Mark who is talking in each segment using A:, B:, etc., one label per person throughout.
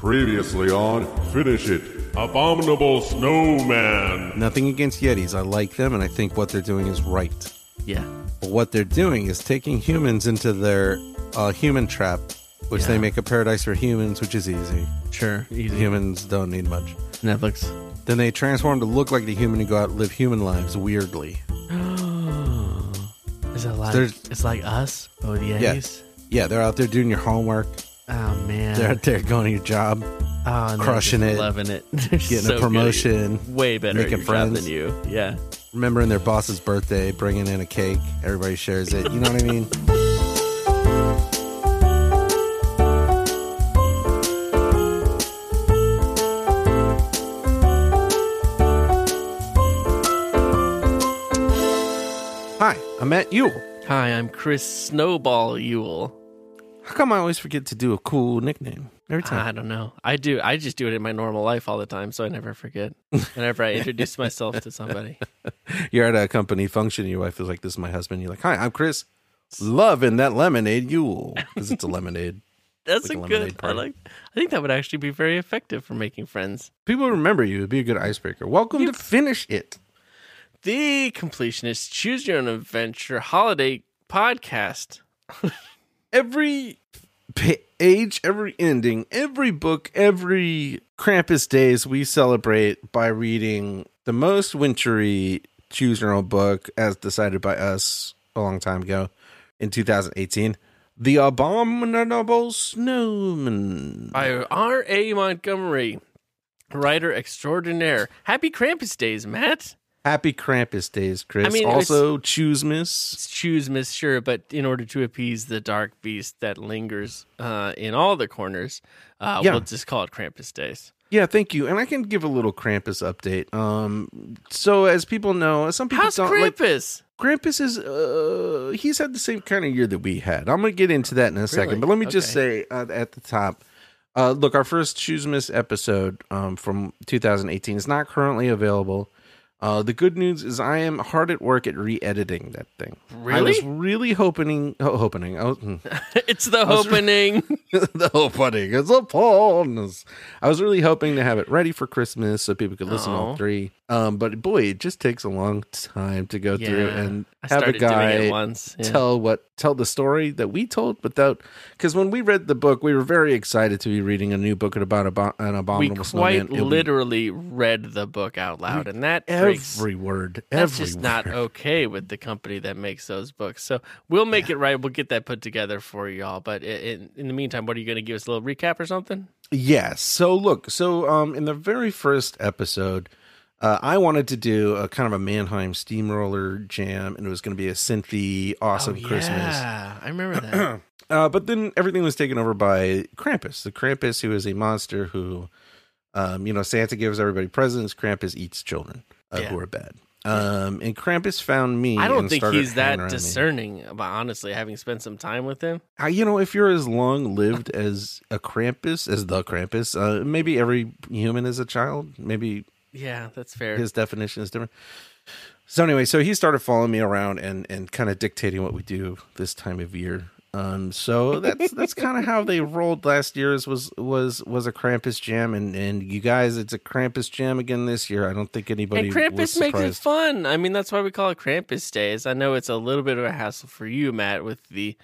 A: Previously on Finish It, Abominable Snowman.
B: Nothing against Yetis. I like them and I think what they're doing is right.
C: Yeah.
B: But what they're doing is taking humans into their uh, human trap, which
C: Yeah.
B: they make a paradise for humans, which is easy.
C: Sure. Easy.
B: Humans don't need much.
C: Netflix.
B: Then they transform to look like the human and go out and live human lives weirdly.
C: Is it like
B: There's-
C: it's like us, but with Yetis?
B: Yes. Yeah, they're out there doing your homework.
C: Oh man.
B: They're out there going to your job,
C: oh, and they're
B: crushing
C: just
B: it,
C: loving it, They're
B: getting
C: so good
B: a
C: at-
B: promotion,
C: way better at
B: making
C: your job
B: friends.
C: than you. Yeah.
B: remembering their boss's birthday, bringing in a cake. Everybody shares it. You know what I mean? Hi, I'm Matt Yule.
C: Hi, I'm Chris Snowball Yule.
B: How come I always forget to do a cool nickname every time?
C: I don't know. I do. I just do it in my normal life all the time, so I never forget. Whenever I introduce myself to somebody,
B: You're at a company function, your wife is like, "This is my husband." You're like, "Hi, I'm Chris." Loving that lemonade, Yule, because it's a lemonade.
C: that's
B: Like a
C: a
B: lemonade
C: good. I
B: party.
C: like. I think that would actually be very effective for making friends.
B: People remember you. It'd be a good icebreaker. Welcome to finish it.
C: The completionist choose your own adventure holiday podcast.
B: every page, every ending, every book, every Krampus days we celebrate by reading the most wintry choose your own book as decided by us a long time ago in 2018. The Abominable Snowman.
C: by R.A. Montgomery, writer extraordinaire. Happy Krampus Days, Matt.
B: Happy Krampus days, Chris.
C: I mean, it's-
B: also, Choose Miss.
C: It's choose Miss Sure, but in order to appease the dark beast that lingers uh, in all the corners, uh,
B: Yeah.
C: we'll just call it Krampus Days.
B: Yeah, thank you. And I can give a little Krampus update. Um, so as people know, some people
C: How's
B: don't like
C: Krampus?
B: Krampus is uh he's had the same kind of year that we had. I'm gonna get into that in a second, but let me just say uh, at the top, uh, look, our first Choose Miss episode um, from 2018 is not currently available. Uh, the good news is I am hard at work at re-editing that thing. I was
C: Really?
B: really hoping, oh, hoping, oh, mm.
C: it's the opening.
B: the opening is upon us. I was really hoping to have it ready for Christmas so people could listen to all
C: Aw.
B: three. Um, but boy, it just takes a long time to go through
C: Yeah.
B: and
C: I
B: have a
C: started
B: guy
C: doing it once. Yeah.
B: tell what tell the story that we told without because when we read the book we were very excited to be reading a new book about abo- an
C: we
B: abominable snowman
C: quite
B: It was
C: literally read the book out loud, and that freaks
B: every word
C: That's
B: every
C: just
B: word.
C: not okay with the company that makes those books. So we'll make it right. We'll get that put together for y'all. But i- in, in the meantime, what are you going to give us a little recap or something?
B: yeah so look so um in the very first episode uh, I wanted to do a kind of a Mannheim steamroller jam, and it was going to be a synthy, awesome Christmas.
C: Oh, Yeah, I remember that.
B: Uh, but then everything was taken over by Krampus, the Krampus who is a monster who, um, you know, Santa gives everybody presents. Krampus eats children uh,
C: Yeah.
B: who are bad. Um, and Krampus found me.
C: I don't
B: and
C: think
B: started
C: he's
B: hanging
C: that
B: around me.
C: discerning. But honestly, having spent some time with him,
B: I, you know, if you're as long lived as a Krampus, as the Krampus, uh, maybe every human is a child. Maybe
C: yeah, that's fair.
B: his definition is different. So anyway, so he started following me around and and kind of dictating what we do this time of year. Um, so that's that's kind of how they rolled last year's was was was a Krampus jam, and and you guys, it's a Krampus jam again this year. I don't think anybody was
C: and Krampus makes it
B: surprised.
C: fun. I mean, that's why we call it Krampus Days. I know it's a little bit of a hassle for you, Matt, with the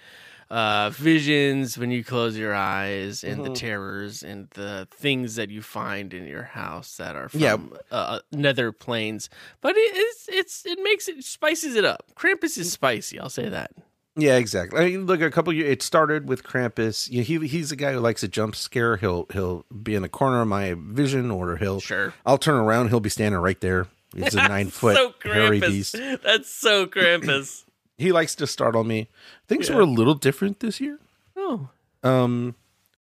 C: uh, visions when you close your eyes and
B: Mm-hmm.
C: the terrors and the things that you find in your house that are from
B: Yeah.
C: uh, nether planes. But it is it's it makes it spices it up. Krampus is spicy. I'll say that.
B: Yeah, exactly. I mean, look, a couple years. It started with Krampus. You know, he he's a guy who likes a jump scare. He'll he'll be in the corner of my vision, or he'll
C: Sure.
B: I'll turn around. He'll be standing right there. He's a nine foot
C: so
B: hairy
C: Krampus.
B: beast.
C: That's so Krampus.
B: he likes to startle me. Things were a little different this year.
C: oh,
B: Um,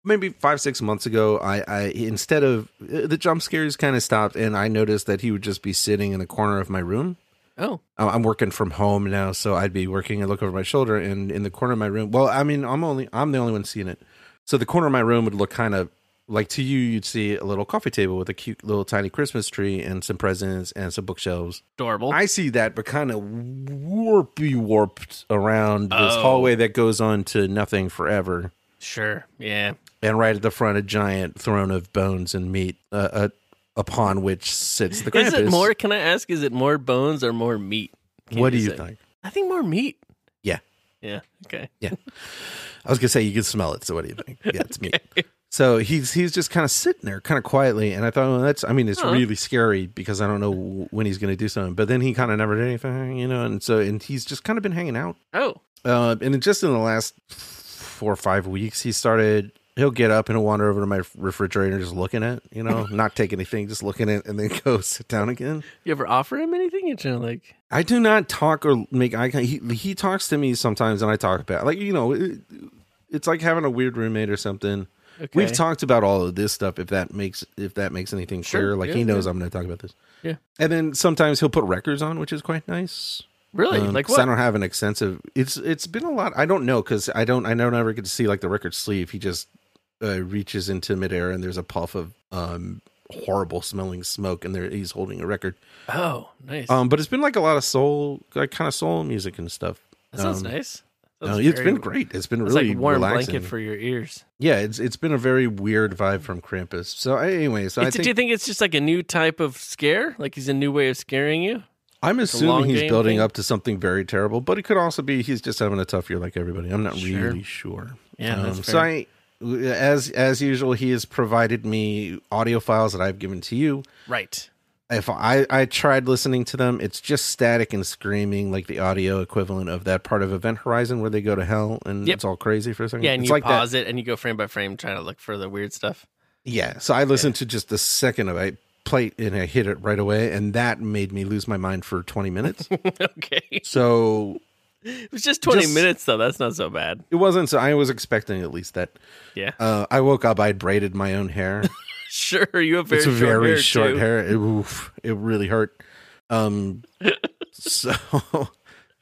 B: maybe five six months ago, I, I instead of uh, the jump scares kind of stopped, and I noticed that he would just be sitting in the corner of my room.
C: oh,
B: Uh, I'm working from home now, so I'd be working. I look over my shoulder, and in the corner of my room. Well, I mean, I'm only I'm the only one seeing it. So the corner of my room would look kind of like to you, you'd see a little coffee table with a cute little tiny Christmas tree and some presents and some bookshelves.
C: adorable.
B: I see that, but kind of warpy warped around this
C: Oh.
B: hallway that goes on to nothing forever.
C: sure, yeah.
B: and right at the front, a giant throne of bones and meat, uh, uh, upon which sits the Krampus.
C: Is it more? Can I ask? Is it more bones or more meat? Can
B: what do you
C: say?
B: think?
C: I think more meat.
B: Yeah.
C: Yeah. Okay.
B: I was gonna say you can smell it. So what do you think? Yeah, it's meat. So he's he's just kind of sitting there, kind of quietly, and I thought, well, that's. I mean, it's
C: Huh.
B: really scary because I don't know w- when he's gonna do something. But then he kind of never did anything, you know. And so and he's just kind of been hanging out.
C: Oh.
B: Uh, and just in the last four or five weeks, he started. He'll get up and he'll wander over to my refrigerator, just looking at, it, you know, not take anything, just looking at, it, and then go sit down again.
C: You ever offer him anything? You're trying to like.
B: I do not talk or make eye contact. He, he talks to me sometimes, and I talk back. Like you know, it, it's like having a weird roommate or something.
C: Okay.
B: We've talked about all of this stuff. If that makes if that makes anything
C: Sure,
B: clear, like
C: yeah,
B: he knows I'm going to talk about this.
C: Yeah.
B: And then sometimes he'll put records on, which is quite nice.
C: really
B: Um,
C: like
B: 'cause
C: what?
B: I don't have an extensive. It's it's been a lot. I don't know because I don't. I don't ever get to see like the record sleeve. He just uh, reaches into midair and there's a puff of um horrible smelling smoke and there he's holding a record.
C: oh, nice.
B: Um, but it's been like a lot of soul, like kind of soul music and stuff.
C: that sounds
B: um,
C: nice.
B: No,
C: Sounds
B: it's
C: very-
B: been great. It's been
C: It's
B: really
C: like a warm
B: relaxing.
C: blanket for your ears.
B: yeah, it's it's been a very weird vibe from Krampus. So I, anyway, so I
C: It's-
B: think
C: do you think it's just like a new type of scare? Like he's a new way of scaring you?
B: I'm
C: a long
B: assuming he's
C: game
B: building
C: thing?
B: up to something very terrible, but it could also be he's just having a tough year like everybody. I'm not
C: Sure.
B: really sure.
C: Yeah, that's
B: Um,
C: fair.
B: so I, as as usual, he has provided me audio files that I've given to you.
C: right.
B: If I I tried listening to them, it's just static and screaming, like the audio equivalent of that part of Event Horizon where they go to hell and
C: Yep.
B: it's all crazy for a second.
C: Yeah, and
B: it's
C: you
B: like
C: pause it and you go frame by frame trying to look for the weird stuff.
B: that. Yeah, so I listened to just the second of it. Plate and I hit it right away, and that made me lose my mind for 20 minutes.
C: okay. It
B: so
C: was just 20
B: Just-
C: minutes though. That's not so bad.
B: It wasn't. So I was expecting at least that.
C: Yeah.
B: Uh, I woke up. I had braided my own hair.
C: Sure, you have very
B: it's a very short
C: short hair.
B: hair.
C: too.
B: It, oof, it really hurt. Um, so,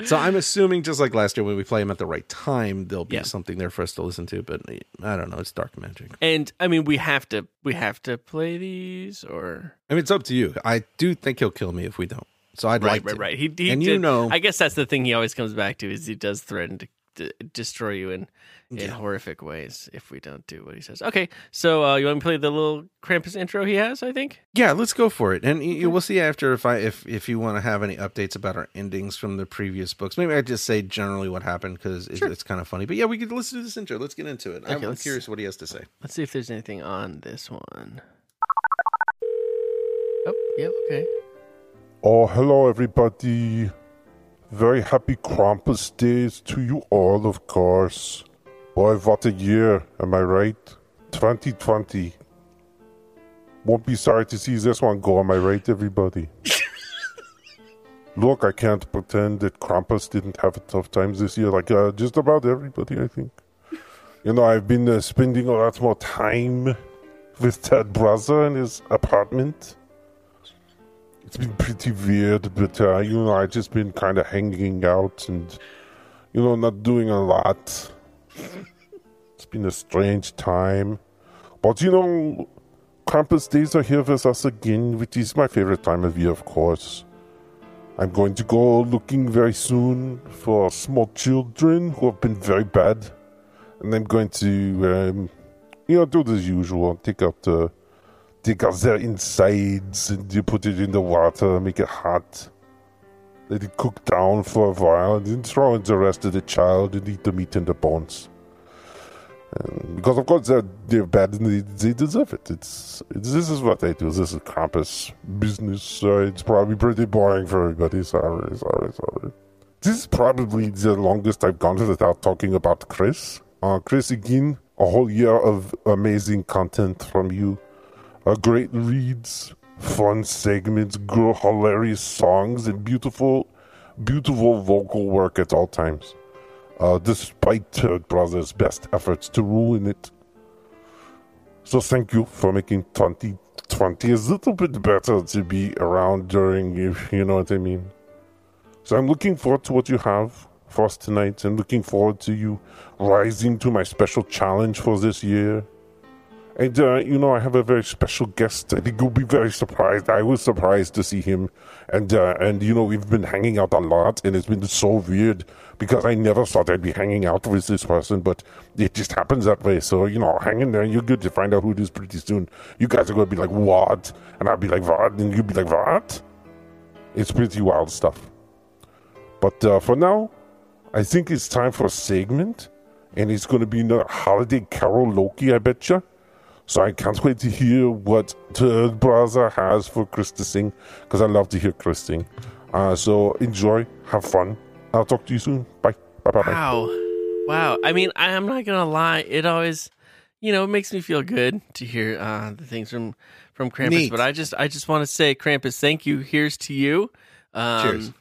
B: so I'm assuming just like last year when we play them at the right time, there'll be
C: Yeah.
B: something there for us to listen to. But I don't know. It's dark magic.
C: And I mean, we have to we have to play these or
B: I mean, it's up to you. I do think he'll kill me if we don't. So I'd
C: right,
B: like
C: right,
B: to.
C: right. He, he
B: And
C: did,
B: you know-
C: I guess that's the thing he always comes back to is he does threaten to, d destroy you in in
B: Yeah.
C: horrific ways if we don't do what he says. Okay, so uh, you want to play the little Krampus intro he has? I think.
B: Yeah, let's go for it, and y y- we'll see after if I if if you want to have any updates about our endings from the previous books. Maybe I just say generally what happened because it's, it's kind of funny. But yeah, we could listen to this intro. Let's get into it. I'm
C: Okay, let's-
B: curious what he has to say.
C: Let's see if there's anything on this one. Oh, yeah, okay.
D: Oh, hello, everybody. Very happy Krampus Days to you all, of course. Boy, what a year, am I right? 2020. Won't be sorry to see this one go, am I right, everybody? Look, I can't pretend that Krampus didn't have a tough time this year, like uh, just about everybody, I think. You know, I've been uh, spending a lot more time with Ted Brother in his apartment. It's been pretty weird, but uh, you know, I've just been kind of hanging out and, you know, not doing a lot. it's been a strange time. But you know, campus days are here with us again, which is my favorite time of year, of course. I'm going to go looking very soon for small children who have been very bad. And I'm going to, um, you know, do the usual, take out the dig out their insides and you put it in the water, make it hot. Let it cook down for a while and then throw in the rest of the child and eat the meat and the bones. And because of course they're, they're bad and they, they deserve it. It's, it's this is what they do. This is campus business. So it's probably pretty boring for everybody. Sorry, sorry, sorry. This is probably the longest I've gone without talking about Chris. Uh, Chris again, a whole year of amazing content from you uh, great reads, fun segments, gr- hilarious songs, and beautiful, beautiful vocal work at all times. Uh, despite Third Brother's best efforts to ruin it. So thank you for making 2020 a little bit better to be around during, if you know what I mean. So I'm looking forward to what you have for us tonight and looking forward to you rising to my special challenge for this year And, uh, you know, I have a very special guest. I think you'll be very surprised. I was surprised to see him. And, uh, and you know, we've been hanging out a lot, and it's been so weird because I never thought I'd be hanging out with this person, but it just happens that way. So, you know, hang in there. You're good to find out who it is pretty soon. You guys are going to be like, what? And I'll be like, what? And you'll be like, what? It's pretty wild stuff. But uh, for now, I think it's time for a segment, and it's going to be another holiday carol Loki, I betcha. So I can't wait to hear what Third Brother has for Chris to sing, because I love to hear Chris sing. Uh, so enjoy, have fun. I'll talk to you soon. Bye. Bye bye bye.
C: Wow. Wow. I mean, I, I'm not gonna lie, it always you know, it makes me feel good to hear uh the things from from Krampus.
B: Neat.
C: But I just I just wanna say, Krampus, thank you. Here's to you. Um,
B: Cheers.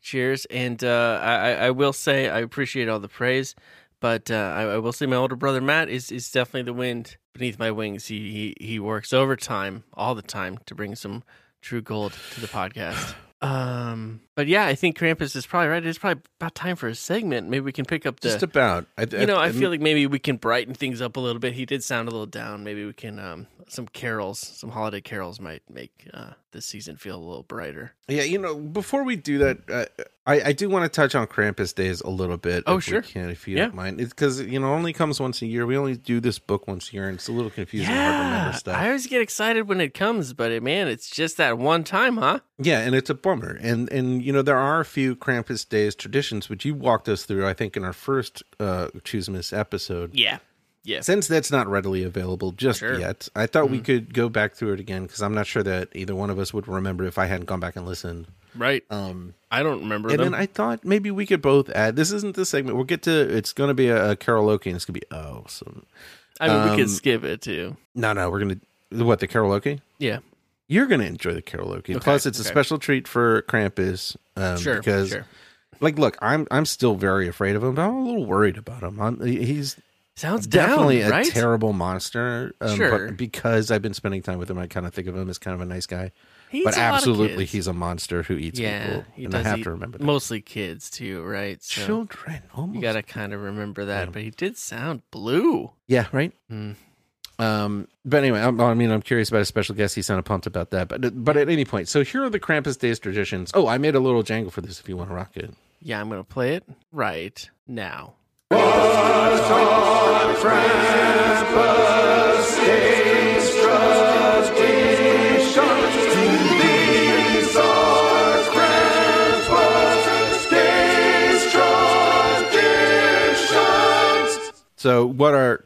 C: Cheers. And uh I, I I will say I appreciate all the praise, but uh I, I will say my older brother Matt is is definitely the wind beneath my wings. He he he works overtime all the time to bring some true gold to the podcast. Um, but yeah, I think Krampus is probably right. It's probably about time for a segment. Maybe we can pick up the.
B: Just about. I,
C: you know, I feel like maybe we can brighten things up a little bit. He did sound a little down. Maybe we can um some carols, some holiday carols might make uh this season feel a little brighter.
B: Yeah, you know, before we do that, uh, I I do want to touch on Krampus Days a little bit.
C: Oh,
B: if
C: sure.
B: we can, if you
C: Yeah.
B: don't mind, it's because you know it only comes once a year. We only do this book once a year, and it's a little confusing. hard to remember stuff.
C: I always get excited when it comes, but it, man, it's just that one time, huh?
B: Yeah, and it's a bummer. And and you know there are a few Krampus Days traditions which you walked us through. I think in our first uh, Choose Miss episode.
C: Yeah, yeah.
B: Since that's not readily available just
C: Sure. Mm-hmm.
B: yet, I thought we could go back through it again because I'm not sure that either one of us would remember if I hadn't gone back and listened.
C: Right.
B: Um,
C: I don't remember
B: and
C: them.
B: then I thought maybe we could both add. This isn't the segment. We'll get to. It's going to be a, a karaoke, and it's going to be oh, so
C: I mean, we
B: um,
C: could skip it too.
B: no, no, we're going to what the karaoke.
C: Yeah.
B: You're going to enjoy the karaoke.
C: Okay,
B: Plus, it's a
C: okay.
B: special treat for Krampus. Um,
C: Sure.
B: because
C: sure.
B: like, look, I'm I'm still very afraid of him, but I'm a little worried about him. I'm, he's
C: Sounds
B: definitely
C: down,
B: a
C: right?
B: terrible monster. Um,
C: Sure.
B: But because I've been spending time with him, I kind of think of him as kind of a nice guy.
C: He's
B: but
C: a lot of
B: absolutely,
C: kids.
B: he's a monster who eats
C: yeah.
B: people,
C: He
B: and I
C: does
B: have
C: eat
B: to remember that.
C: mostly kids too, right? So
B: Children, almost.
C: you got to kind of remember that. But he did sound blue.
B: yeah, right.
C: Hmm.
B: Um, but anyway, I'm, I mean, I'm curious about a special guest. He sounded pumped about that. But but at any point, so here are the Krampus Days traditions. Oh, I made a little jangle for this. If you want to rock it.
C: Yeah, I'm gonna play it right now.
B: So, what are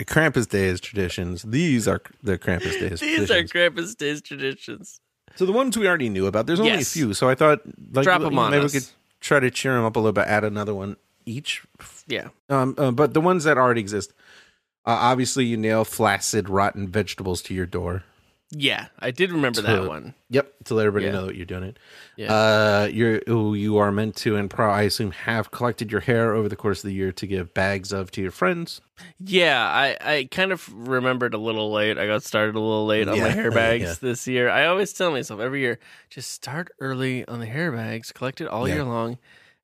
B: Krampus Days traditions? These are the Krampus Days
C: These are
B: traditions.
C: Krampus Days traditions.
B: so, the ones we already knew about, there's only
C: Yes.
B: a few. So, I thought like,
C: Drop
B: you
C: 'em
B: know,
C: on
B: maybe
C: us.
B: we could try to cheer them up a little bit, add another one each.
C: Yeah,
B: Um, uh, but the ones that already exist, uh, obviously, you nail flaccid, rotten vegetables to your door.
C: yeah, I did remember that
B: So-
C: one.
B: Yep, to let everybody
C: Yeah.
B: know that you're doing it.
C: Yeah.
B: Uh, you're who you are meant to, and pro, I assume, have collected your hair over the course of the year to give bags of to your friends.
C: Yeah, I, I kind of remembered a little late. I got started a little late on my
B: Yeah,
C: hair bags
B: yeah.
C: this year. I always tell myself every year, just start early on the hair bags, collect it all
B: Yeah.
C: year long,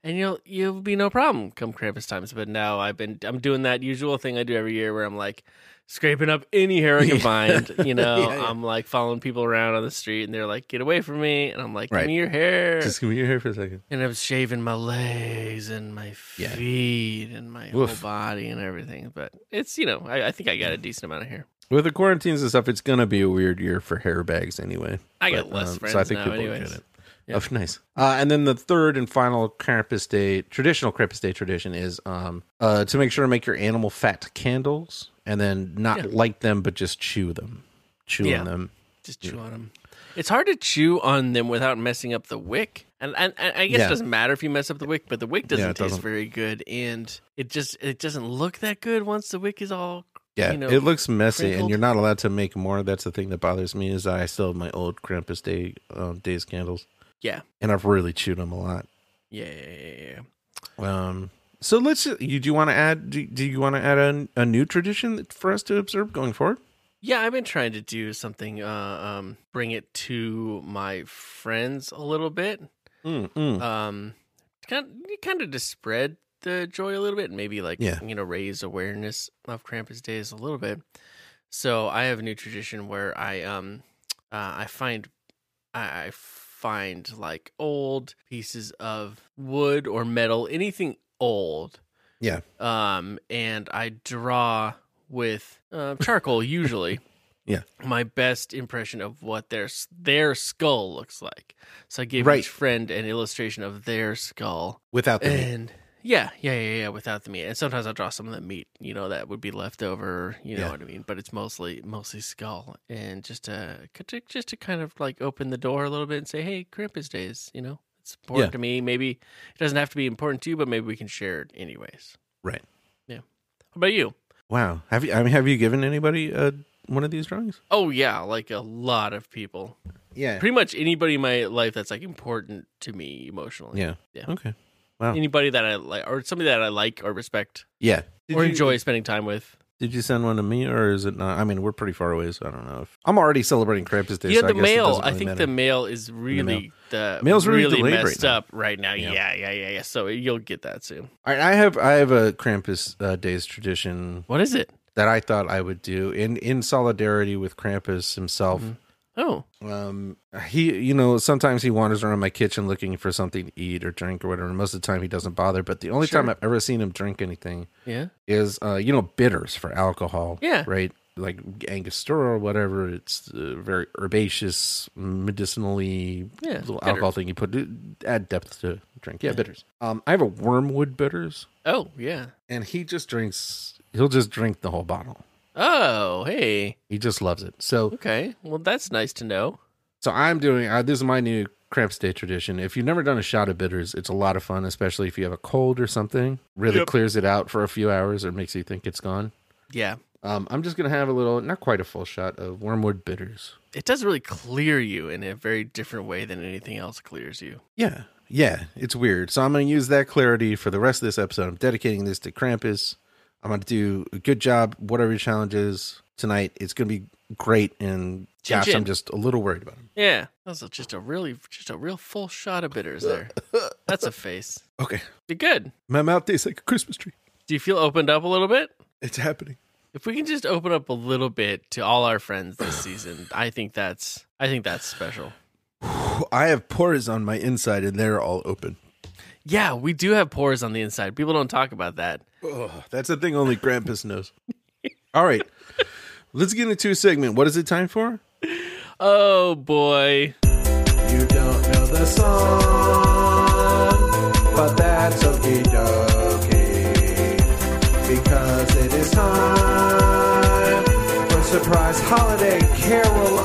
C: and you'll you'll be no problem come Krampus times. But now I've been I'm doing that usual thing I do every year where I'm like scraping up any hair I can
B: Yeah.
C: find. You know,
B: Yeah, yeah.
C: I'm like following people around on the street, and they're like, "Get away from me!" And I'm like, "Give
B: Right.
C: me your hair."
B: Just give me your hair for a second.
C: and I'm shaving my legs and my
B: Yeah.
C: feet and my
B: Woof.
C: whole body and everything. But it's you know, I, I think I got a decent amount of hair.
B: With the quarantines and stuff, it's gonna be a weird year for hair bags anyway. um,
C: I got less friends now
B: will
C: anyways. Yeah.
B: Oh, nice. Uh, and then the third and final Krampus Day traditional Krampus Day tradition is um, uh, to make sure to make your animal fat candles and then not
C: Yeah.
B: light them but just chew them, chew
C: Yeah.
B: on them.
C: Just chew on them. It's hard to chew on them without messing up the wick. And and, and I guess
B: Yeah.
C: it doesn't matter if you mess up the wick, but the wick doesn't
B: it
C: taste
B: doesn't.
C: very good, and it just it doesn't look that good once the wick is all.
B: Yeah,
C: you know,
B: it looks messy,
C: crinkled.
B: and you're not allowed to make more. That's the thing that bothers me is that I still have my old Krampus Day um, days candles,
C: Yeah,
B: and I've really chewed them a lot.
C: yeah, yeah, yeah, yeah.
B: Um, so let's. You do you want to add? Do, do you want to add a, a new tradition for us to observe going forward?
C: Yeah, I've been trying to do something. Uh, um, bring it to my friends a little bit.
B: Mm, mm.
C: um kind kind of to spread the joy a little bit and maybe like
B: Yeah.
C: you know raise awareness of Krampus days a little bit So I have a new tradition where I um uh, I find I I find like old pieces of wood or metal, anything old.
B: Yeah.
C: Um, and I draw with uh, charcoal usually.
B: Yeah.
C: My best impression of what their s- their skull looks like. So I gave
B: Right.
C: each friend an illustration of their skull.
B: without the meat.
C: And yeah, yeah, yeah, yeah, without the meat. And sometimes I'll draw some of the meat, you know, that would be left over, you know
B: Yeah.
C: what I mean? But it's mostly mostly skull and just to could to- just to kind of like open the door a little bit and say, "Hey, Krampus days, you know, it's important
B: Yeah.
C: to me. Maybe it doesn't have to be important to you, but maybe we can share it anyways."
B: Right.
C: How about you?
B: Wow. Have you? I mean, have you given anybody uh, one of these drawings?
C: Oh yeah, like a lot of people.
B: Yeah.
C: Pretty much anybody in my life that's like important to me emotionally.
B: Yeah.
C: Yeah.
B: Okay.
C: Anybody that I like or somebody that I like or respect
B: Yeah. Did
C: or
B: you-
C: enjoy spending time with.
B: Did you send one to me, or is it not? I mean, we're pretty far away, so I don't know. If, I'm already celebrating Krampus Day.
C: yeah,
B: so
C: the
B: I guess it
C: mail.
B: doesn't
C: I
B: really
C: think
B: matter.
C: the mail is really the,
B: Mail's really delayed right
C: messed
B: now.
C: up right now.
B: Yeah.
C: Yeah. yeah, yeah, yeah, So you'll get that soon.
B: All right, I have I have a Krampus uh, Days tradition
C: What is it?
B: that I thought I would do in in solidarity with Krampus himself.
C: Oh,
B: Um, he, you know, sometimes he wanders around my kitchen looking for something to eat or drink or whatever. Most of the time, he doesn't bother. But the only
C: Sure.
B: time I've ever seen him drink anything
C: yeah.
B: is, uh, you know, bitters for alcohol.
C: Yeah.
B: right. Like Angostura or whatever. It's uh, very herbaceous, medicinally
C: Yeah,
B: little
C: bitter.
B: alcohol thing you put add depth to drink. Yeah, bitters. Um, I have a wormwood bitters,
C: Oh, yeah.
B: and he just drinks. He'll just drink the whole bottle.
C: Oh, hey.
B: He just loves it. So
C: Okay. Well, that's nice to know.
B: So I'm doing uh, this is my new Krampus Day tradition. If you've never done a shot of bitters, it's a lot of fun, especially if you have a cold or something. Really
A: Yep.
B: clears it out for a few hours or makes you think it's gone.
C: Yeah.
B: Um, I'm just gonna have a little, not quite a full shot of wormwood bitters.
C: It does really clear you in a very different way than anything else clears you.
B: Yeah, yeah, it's weird. So I'm gonna use that clarity for the rest of this episode. I'm dedicating this to Krampus. I'm gonna do a good job, whatever your challenge is tonight. It's gonna be great, and
C: Chin
B: gosh,
C: chin.
B: I'm just a little worried about him.
C: Yeah. That's a- just a really, just a real full shot of bitters there. That's a face.
B: Okay,
C: You're good.
B: my mouth tastes like a Christmas tree.
C: Do you feel opened up a little bit?
B: It's happening.
C: If we can just open up a little bit to all our friends this season, I think that's I think that's special.
B: I have pores on my inside and they're all open.
C: Yeah, we do have pores on the inside. People don't talk about that.
B: Oh, that's a thing only Grampus knows. All right. Let's get into a segment. What is it time for?
C: Oh boy.
B: You don't know the song, but that's okay, Because it is time for Surprise Holiday Carol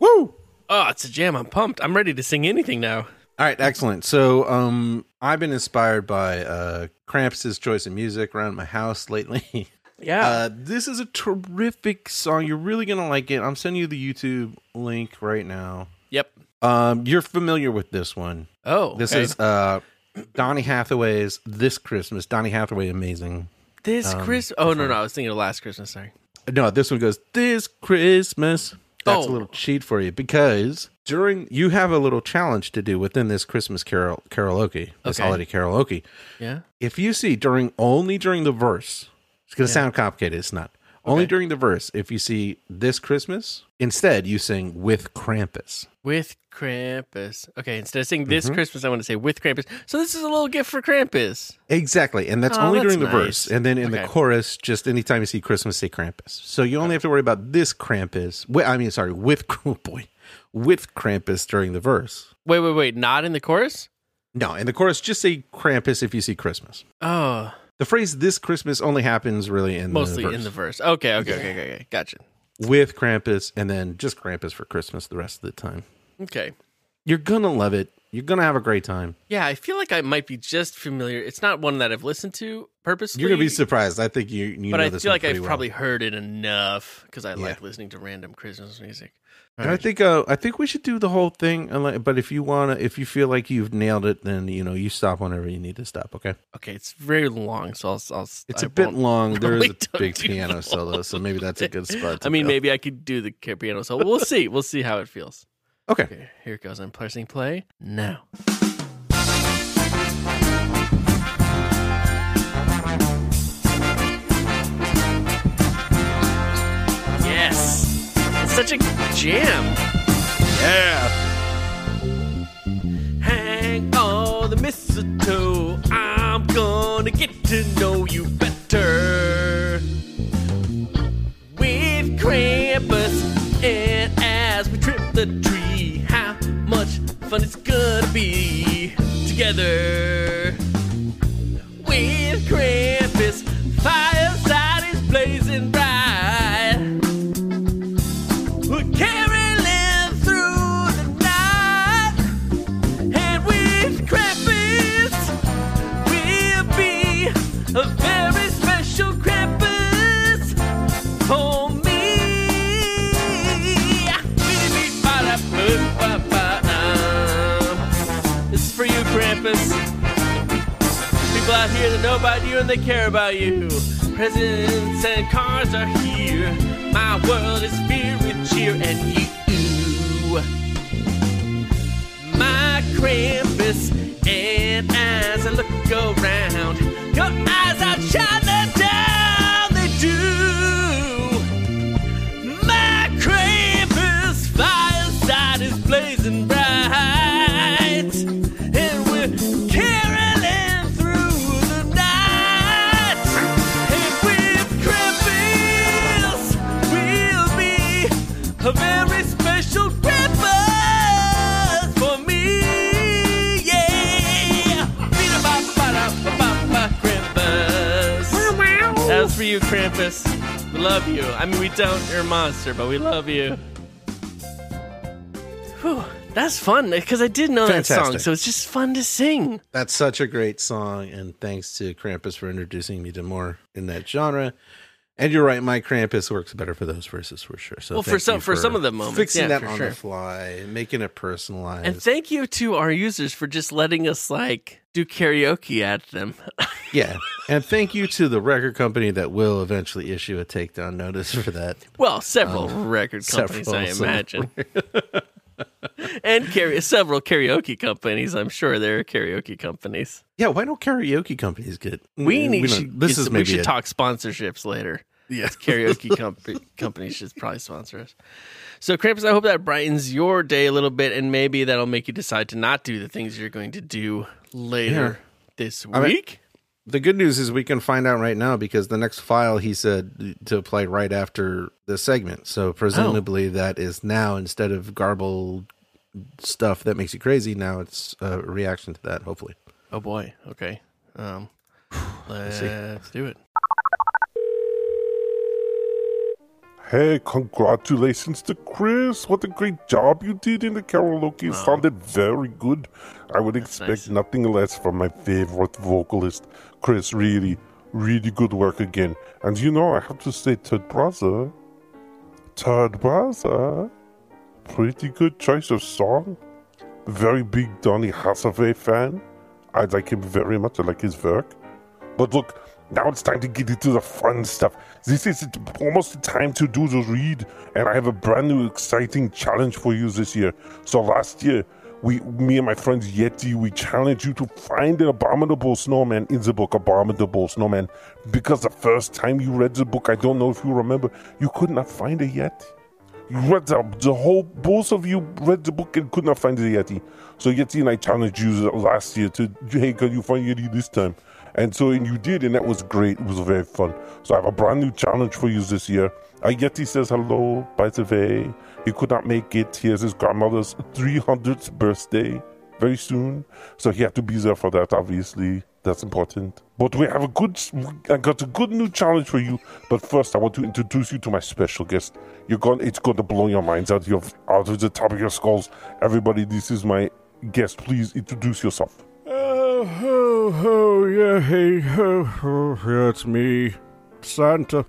B: Woo!
C: Oh, it's a jam. I'm pumped. I'm ready to sing anything now.
B: All right, excellent. So, um, I've been inspired by uh, Krampus's choice of music around my house lately.
C: Yeah.
B: uh, this is a terrific song. You're really gonna like it. I'm sending you the YouTube link right now.
C: yep.
B: Um, you're familiar with this one.
C: Oh.
B: This
C: okay.
B: is uh, Donny Hathaway's "This Christmas." Donny Hathaway, amazing.
C: this
B: um,
C: Chris Oh no, no, I was thinking of last Christmas, sorry.
B: No, this one goes this Christmas. That's a
C: Oh.
B: little cheat for you because during you have a little challenge to do within this Christmas carol karaoke, this
C: Okay.
B: holiday karaoke.
C: Yeah.
B: if you see during only during the verse, it's going to sound complicated. It's not. Only during the verse, if you see this Christmas, instead you sing with Krampus.
C: With Krampus. Okay, instead of saying
B: Mm-hmm.
C: this Christmas, I want to say with Krampus. So this is a little gift for Krampus.
B: Exactly. And that's
C: Oh,
B: only
C: that's
B: during the verse.
C: nice.
B: And then in the
C: Okay.
B: chorus, just anytime you see Christmas, say Krampus. So you only have to worry about this Krampus. wi- I mean, sorry, with oh boy, with Krampus during the verse.
C: Wait, wait, wait. Not in the chorus?
B: No, in the chorus, just say Krampus if you see Christmas.
C: Oh,
B: The phrase "this Christmas" only happens really in
C: mostly
B: the verse.
C: in the verse. Okay, okay, okay, okay, okay. Gotcha.
B: with Krampus, and then just Krampus for Christmas the rest of the time.
C: Okay.
B: You're gonna love it. You're gonna have a great time.
C: Yeah, I feel like I might be just familiar. It's not one that I've listened to purposely.
B: You're gonna be surprised. I think you. you
C: but
B: know
C: I
B: this
C: feel
B: one
C: like I've
B: pretty well.
C: probably heard it enough because I
B: Yeah.
C: like listening to random Christmas music.
B: And I think uh, I think we should do the whole thing. unless- But if you wanna, if you feel like you've nailed it, then you know you stop whenever you need to stop. Okay.
C: Okay, it's very long, so I'll. I'll
B: It's
C: I
B: a bit
C: won't-
B: long. There is
C: probably
B: a
C: don't
B: big
C: do
B: piano
C: the
B: solo,
C: whole
B: so maybe that's a good spot. to
C: I mean,
B: go.
C: maybe I could do the ca- piano solo. We'll see. We'll see how it feels.
B: okay.
C: Okay, here it goes. I'm pressing play now. Yes, it's such a jam.
B: Yeah.
C: Hang on the mistletoe. I'm gonna get to know you better. With Krampus, and as we trim the tree, how much fun it's gonna be together. With Krampus, fireside is blazing bright. We're caroling through the night. And with Krampus, we'll be a very special Krampus for me. This is for you, Krampus. People out here that know about you and they care about you. Presents and cards are here. My world is filled with cheer and you my Krampus. And as I look around, your eyes outshine the town. They do. My Krampus fireside is blazing bright. And we're caroling through the night. And with Krampus, we'll be a very special Krampus for me. Yeah. Ba-da-ba-ba-da-ba-ba-ba, Krampus. That was for you, Krampus. We love you. I mean, we don't. You're a monster, but we love you. Whew, that's fun because I did know that song,
B: Fantastic.
C: so it's just fun to sing.
B: That's such a great song, and thanks to Krampus for introducing me to more in that genre. And you're right, my Krampus works better for those verses for sure. So
C: Well, for
B: thank
C: some-
B: you
C: for some of the moments,
B: fixing
C: yeah,
B: that
C: for
B: on
C: sure.
B: the fly, making it personalized.
C: And thank you to our users for just letting us like do karaoke at them.
B: yeah, and thank you to the record company that will eventually issue a takedown notice for that.
C: Well, several record companies,
B: Oh, several,
C: I
B: several.
C: imagine. and kara- several karaoke companies, I'm sure there are karaoke companies.
B: Yeah, why don't karaoke companies get?
C: We need
B: don't-
C: should-
B: this is maybe
C: we should
B: a-
C: talk sponsorships later. Yes, karaoke comp- companies should probably sponsor us. So, Krampus, I hope that brightens your day a little bit, and maybe that'll make you decide to not do the things you're going to do later this
B: mean-
C: week.
B: The good news is we can find out right now because the next file he said to play right after the segment. So
C: Oh.
B: presumably that is now instead of garbled stuff that makes you crazy. Now it's a reaction to that. Hopefully,
C: oh boy, okay. Um, let's do it.
D: Hey, congratulations to Chris. What a great job you did in the karaoke. It sounded very good. I would expect
C: nice.
D: nothing less from my favorite vocalist, Chris. Really, really good work again. And you know, I have to say, Ted Brother, Ted Brother, pretty good choice of song. Very big Donny Hathaway fan. I like him very much. I like his work. But look, now it's time to get into the fun stuff. This is almost the time to do the read, and I have a brand new exciting challenge for you this year. So last year, we, me and my friends Yeti, we challenged you to find an abominable snowman in the book Abominable Snowman, because the first time you read the book, I don't know if you remember, you could not find a Yeti. You read the, the whole, both of you read the book and could not find the Yeti. So Yeti and I challenged you last year to, hey, can you find Yeti this time? And so and you did, and that was great. It was very fun. So I have a brand new challenge for you this year. Uh, Yeti says hello, by the way. He could not make it. He has his grandmother's 300th birthday very soon. So he had to be there for that, obviously. That's important. But we have a good, I got a good new challenge for you. But first, I want to introduce you to my special guest. You're going, it's going to blow your minds out, of your, out of the top of your skulls. Everybody, this is my guest, please introduce yourself.
E: Oh, ho, ho, yeah, hey, ho, ho, yeah, it's me, Santa.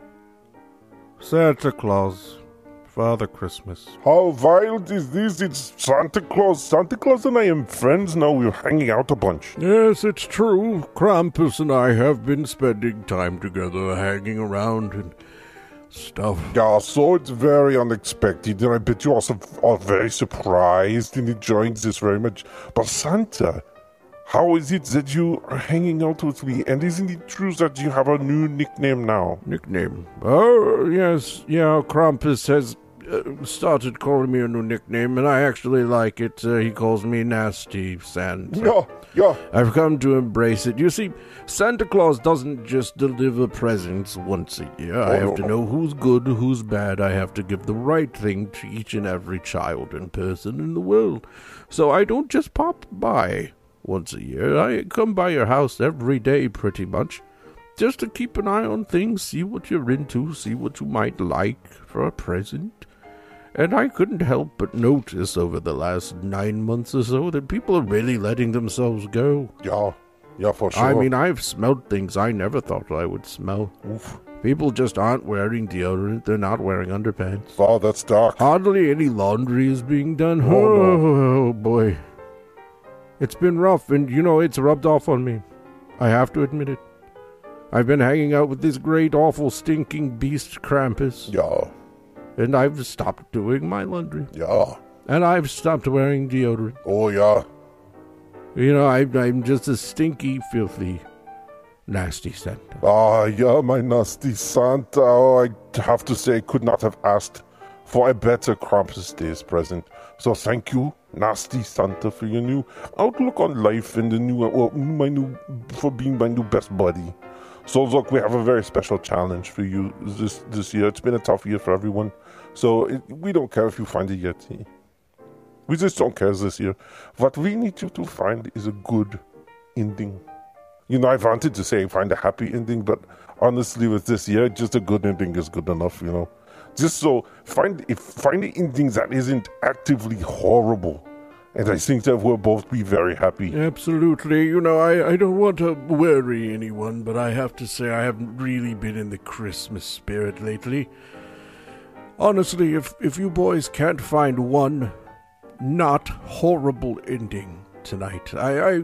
E: Santa Claus, Father Christmas.
D: How wild is this? It's Santa Claus. Santa Claus and I am friends now. We're hanging out a bunch.
E: Yes, it's true. Krampus and I have been spending time together, hanging around and stuff.
D: Yeah, so it's very unexpected, and I bet you also are very surprised and enjoying this very much. But Santa, how is it that you are hanging out with me? And isn't it true that you have a new nickname now?
E: Nickname? Oh, yes, yeah, Krampus has uh, started calling me a new nickname, and I actually like it. Uh, he calls me Nasty Santa.
D: Yeah, yeah.
E: I've come to embrace it. You see, Santa Claus doesn't just deliver presents once a year. I have to know who's good, who's bad. I have to give the right thing to each and every child and person in the world. So I don't just pop by once a year. I come by your house every day, pretty much, just to keep an eye on things, see what you're into, see what you might like for a present. And I couldn't help but notice over the last nine months or so that people are really letting themselves go.
D: Yeah, yeah, for sure.
E: I mean, I've smelled things I never thought I would smell.
D: Oof.
E: People just aren't wearing deodorant, they're not wearing underpants.
D: wow, that's dark.
E: Hardly any laundry is being done. Oh,
D: Oh,
E: oh, boy. It's been rough, and you know, it's rubbed off on me. I have to admit it. I've been hanging out with this great, awful, stinking beast, Krampus,
D: Yeah,
E: and I've stopped doing my laundry,
D: yeah.
E: and I've stopped wearing deodorant.
D: Oh, yeah.
E: You know, I, I'm just a stinky, filthy, nasty Santa.
D: Ah, yeah, my nasty Santa. Oh, I have to say, I could not have asked for a better Krampus Day's present. So thank you, nasty Santa, for your new outlook on life and the new, well, my new, for being my new best buddy. So look, we have a very special challenge for you this this year. It's been a tough year for everyone, so it, we don't care if you find a Yeti. We just don't care this year. What we need you to find is a good ending. You know, I wanted to say find a happy ending, but honestly, with this year, just a good ending is good enough. You know, just so find if find an ending that isn't actively horrible, and I think that we'll both be very happy.
E: Absolutely. You know, I, I don't want to worry anyone, but I have to say I haven't really been in the Christmas spirit lately. Honestly, if, if you boys can't find one not horrible ending tonight, I, I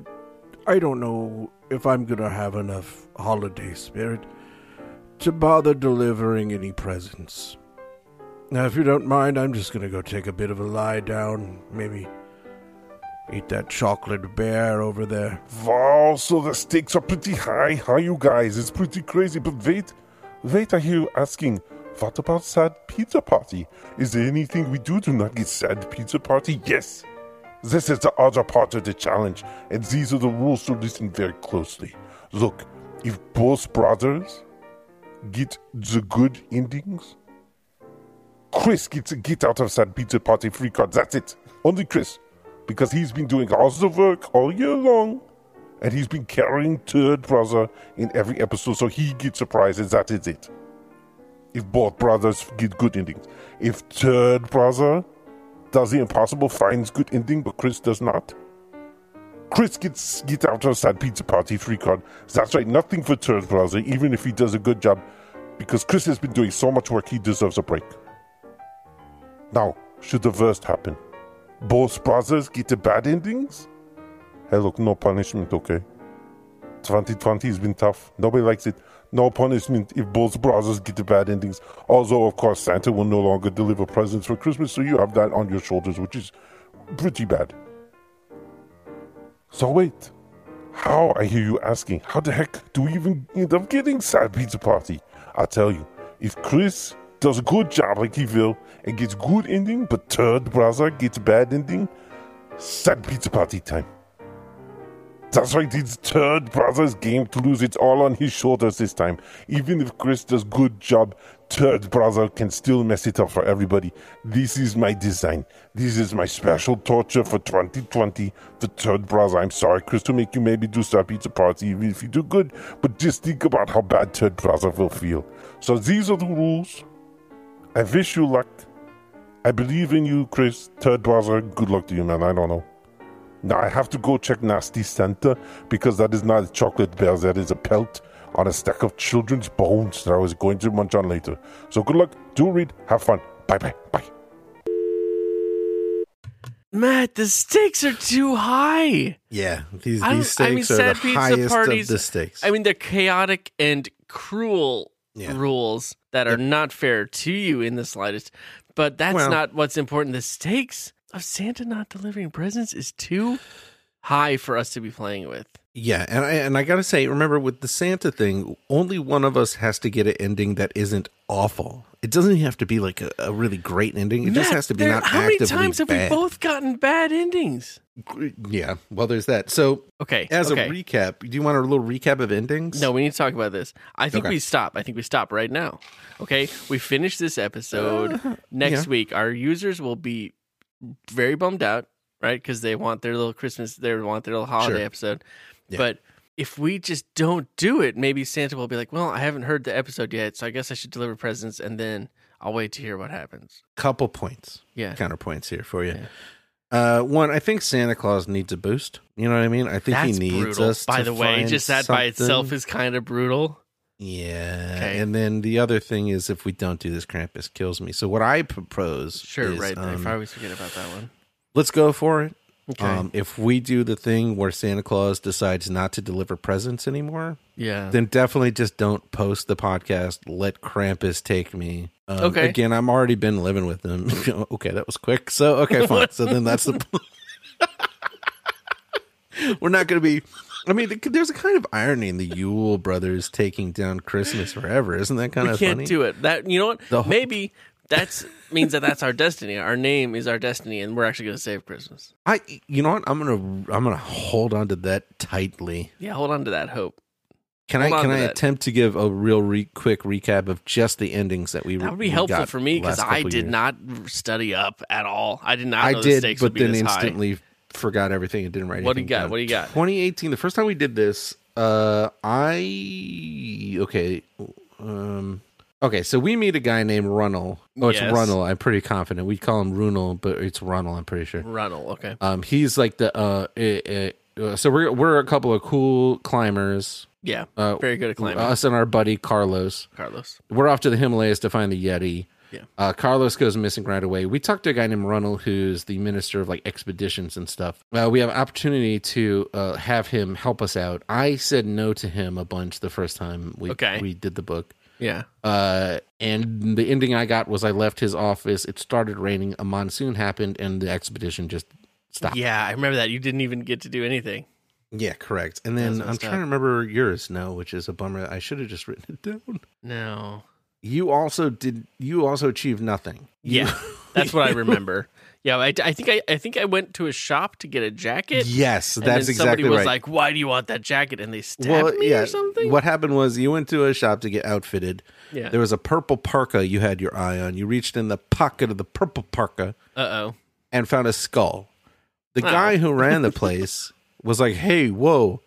E: I don't know if I'm gonna have enough holiday spirit to bother delivering any presents. Now if you don't mind, I'm just gonna go take a bit of a lie down, maybe Eat that chocolate bear over there.
D: Wow, so the stakes are pretty high, huh, you guys? It's pretty crazy. But wait, wait, I hear you asking, what about sad pizza party? Is there anything we do to not get sad pizza party? Yes! This is the other part of the challenge, and these are the rules, so listen very closely. Look, if both brothers get the good endings, Chris gets a get out of sad pizza party free card. That's it. Only Chris. Because he's been doing all the work all year long and he's been carrying third brother in every episode, so he gets a prize, and that is it. If both brothers get good endings, if third brother does the impossible, finds good ending, but Chris does not. Chris gets get out of that pizza party free card. That's right, nothing for third brother, even if he does a good job, because Chris has been doing so much work, he deserves a break. Now, should the worst happen, both brothers get the bad endings. Hey, look, no punishment, okay? 2020 has been tough. Nobody likes it. No punishment if both brothers get the bad endings. Although, of course, Santa will no longer deliver presents for Christmas, so you have that on your shoulders, which is pretty bad. So, wait. How, I hear you asking, how the heck do we even end up getting Sad Pizza Party? I tell you, if Chris does a good job like he will and gets good ending, but third brother gets bad ending, Sad Pizza Party time. That's right, it's third brother's game to lose. It's all on his shoulders this time. Even if Chris does good job, third brother can still mess it up for everybody. This is my design. This is my special torture for 2020. The third brother, I'm sorry, Chris, to make you maybe do star pizza party even if you do good, but just think about how bad third brother will feel. So these are the rules. I wish you luck. I believe in you, Chris. Third brother, good luck to you, man. I don't know. Now I have to go check Nasty Santa because that is not a chocolate bear. That is a pelt on a stack of children's bones that I was going to munch on later. So good luck. Do read. Have fun. Bye bye. Bye.
C: Matt, the stakes are too high.
B: Yeah, these,
C: I-
B: these
C: I mean,
B: stakes are
C: sad
B: the
C: pizza
B: highest
C: parties-
B: of the stakes.
C: I mean, they're chaotic and cruel
B: Yeah.
C: rules that are not fair to you in the slightest. But that's
B: Well-
C: not what's important. The stakes of Santa not delivering presents is too high for us to be playing with.
B: yeah, and I, and I gotta say, remember with the Santa thing, only one of us has to get an ending that isn't awful. It doesn't have to be like a, a really great ending. It just
C: Matt,
B: has to be
C: there-
B: not
C: How many
B: actively
C: times have
B: bad.
C: we both gotten bad endings?
B: Yeah, well, there's that. So
C: Okay.
B: as
C: okay.
B: a recap, do you want a little recap of endings?
C: No, we need to talk about this. I think
B: Okay.
C: we stop. I think we stop right now. Okay, we finish this episode next
B: yeah.
C: week. Our users will be very bummed out, right? Because they want their little Christmas, they want their little holiday
B: Sure.
C: episode.
B: Yeah.
C: But if we just don't do it, maybe Santa will be like, "Well, I haven't heard the episode yet, so I guess I should deliver presents, and then I'll wait to hear what happens."
B: couple points,
C: Yeah,
B: counterpoints here for you. Uh, one, I think Santa Claus needs a boost. You know what I mean? I think
C: that's
B: he needs
C: brutal.
B: us.
C: by
B: to
C: the way,
B: find
C: just that by itself
B: something.
C: is kind of brutal.
B: Yeah.
C: Okay.
B: And then the other thing is, if we don't do this, Krampus kills me. So what I propose,
C: Sure,
B: is,
C: right?
B: um,
C: if I always forget about that one.
B: let's go for it.
C: Okay.
B: Um, if we do the thing where Santa Claus decides not to deliver presents anymore,
C: yeah.
B: then definitely just don't post the podcast. Let Krampus take me. Um,
C: Okay.
B: Again, I'm already been living with him. okay, that was quick. So okay, fine. so then that's the. We're not going to be. I mean, th- there's a kind of irony in the Yule Brothers taking down Christmas forever. Isn't that kind
C: we
B: of
C: can't
B: funny?
C: do it. That you know what?
B: The whole-
C: Maybe that's means that that's our destiny. Our name is our destiny, and we're actually going to save Christmas.
B: I. You know what? I'm gonna. I'm gonna hold on to that tightly.
C: Yeah, hold on to that hope.
B: Can
C: Hold
B: I?
C: on
B: Can
C: to
B: I
C: that.
B: attempt to give a real re- quick recap of just the endings that we?
C: That would
B: we
C: be helpful
B: got
C: for me because
B: last
C: I
B: couple
C: did
B: years.
C: not study up at all. I did not.
B: I
C: know the
B: did,
C: stakes would
B: but
C: be
B: then
C: this high.
B: instantly forgot everything and didn't write.
C: What do you
B: anything
C: got?
B: down.
C: What do you got?
B: 2018. The first time we did this, uh, I okay, um, okay. So we meet a guy named Runnell. Oh, it's
C: Yes.
B: Runnell. I'm pretty confident. We call him Runel, but it's Runnell. I'm pretty sure.
C: Runnel. Okay.
B: Um, he's like the uh, eh, eh, uh, so we're we're a couple of cool climbers.
C: Yeah.
B: Uh,
C: Very good at climbing.
B: us and our buddy Carlos
C: Carlos.
B: we're off to the Himalayas to find the Yeti.
C: Yeah.
B: Uh, Carlos goes missing right away. We talked to a guy named Runnell, who's the minister of like expeditions and stuff. Uh, we have an opportunity to uh, have him help us out. I said no to him a bunch the first time we
C: Okay.
B: we did the book.
C: Yeah.
B: Uh, and the ending I got was I left his office. It started raining. A monsoon happened, and the expedition just stopped.
C: Yeah, I remember that. You didn't even get to do anything.
B: Yeah, correct. And then
C: That's
B: I'm
C: messed
B: trying
C: up.
B: to remember yours now, which is a bummer. I should have just written it down.
C: No.
B: You also did. You also achieved nothing. You-
C: Yeah, that's what I remember. Yeah, I, I think I, I think I went to a shop to get a jacket.
B: Yes,
C: and
B: that's
C: then
B: exactly
C: somebody was
B: right.
C: like, "Why do you want that jacket?" And they stabbed me or something.
B: What happened was you went to a shop to get outfitted.
C: Yeah.
B: There was a purple parka you had your eye on. You reached in the pocket of the purple parka
C: Uh oh.
B: and found a skull. The guy who ran the place was like, "Hey, whoa!"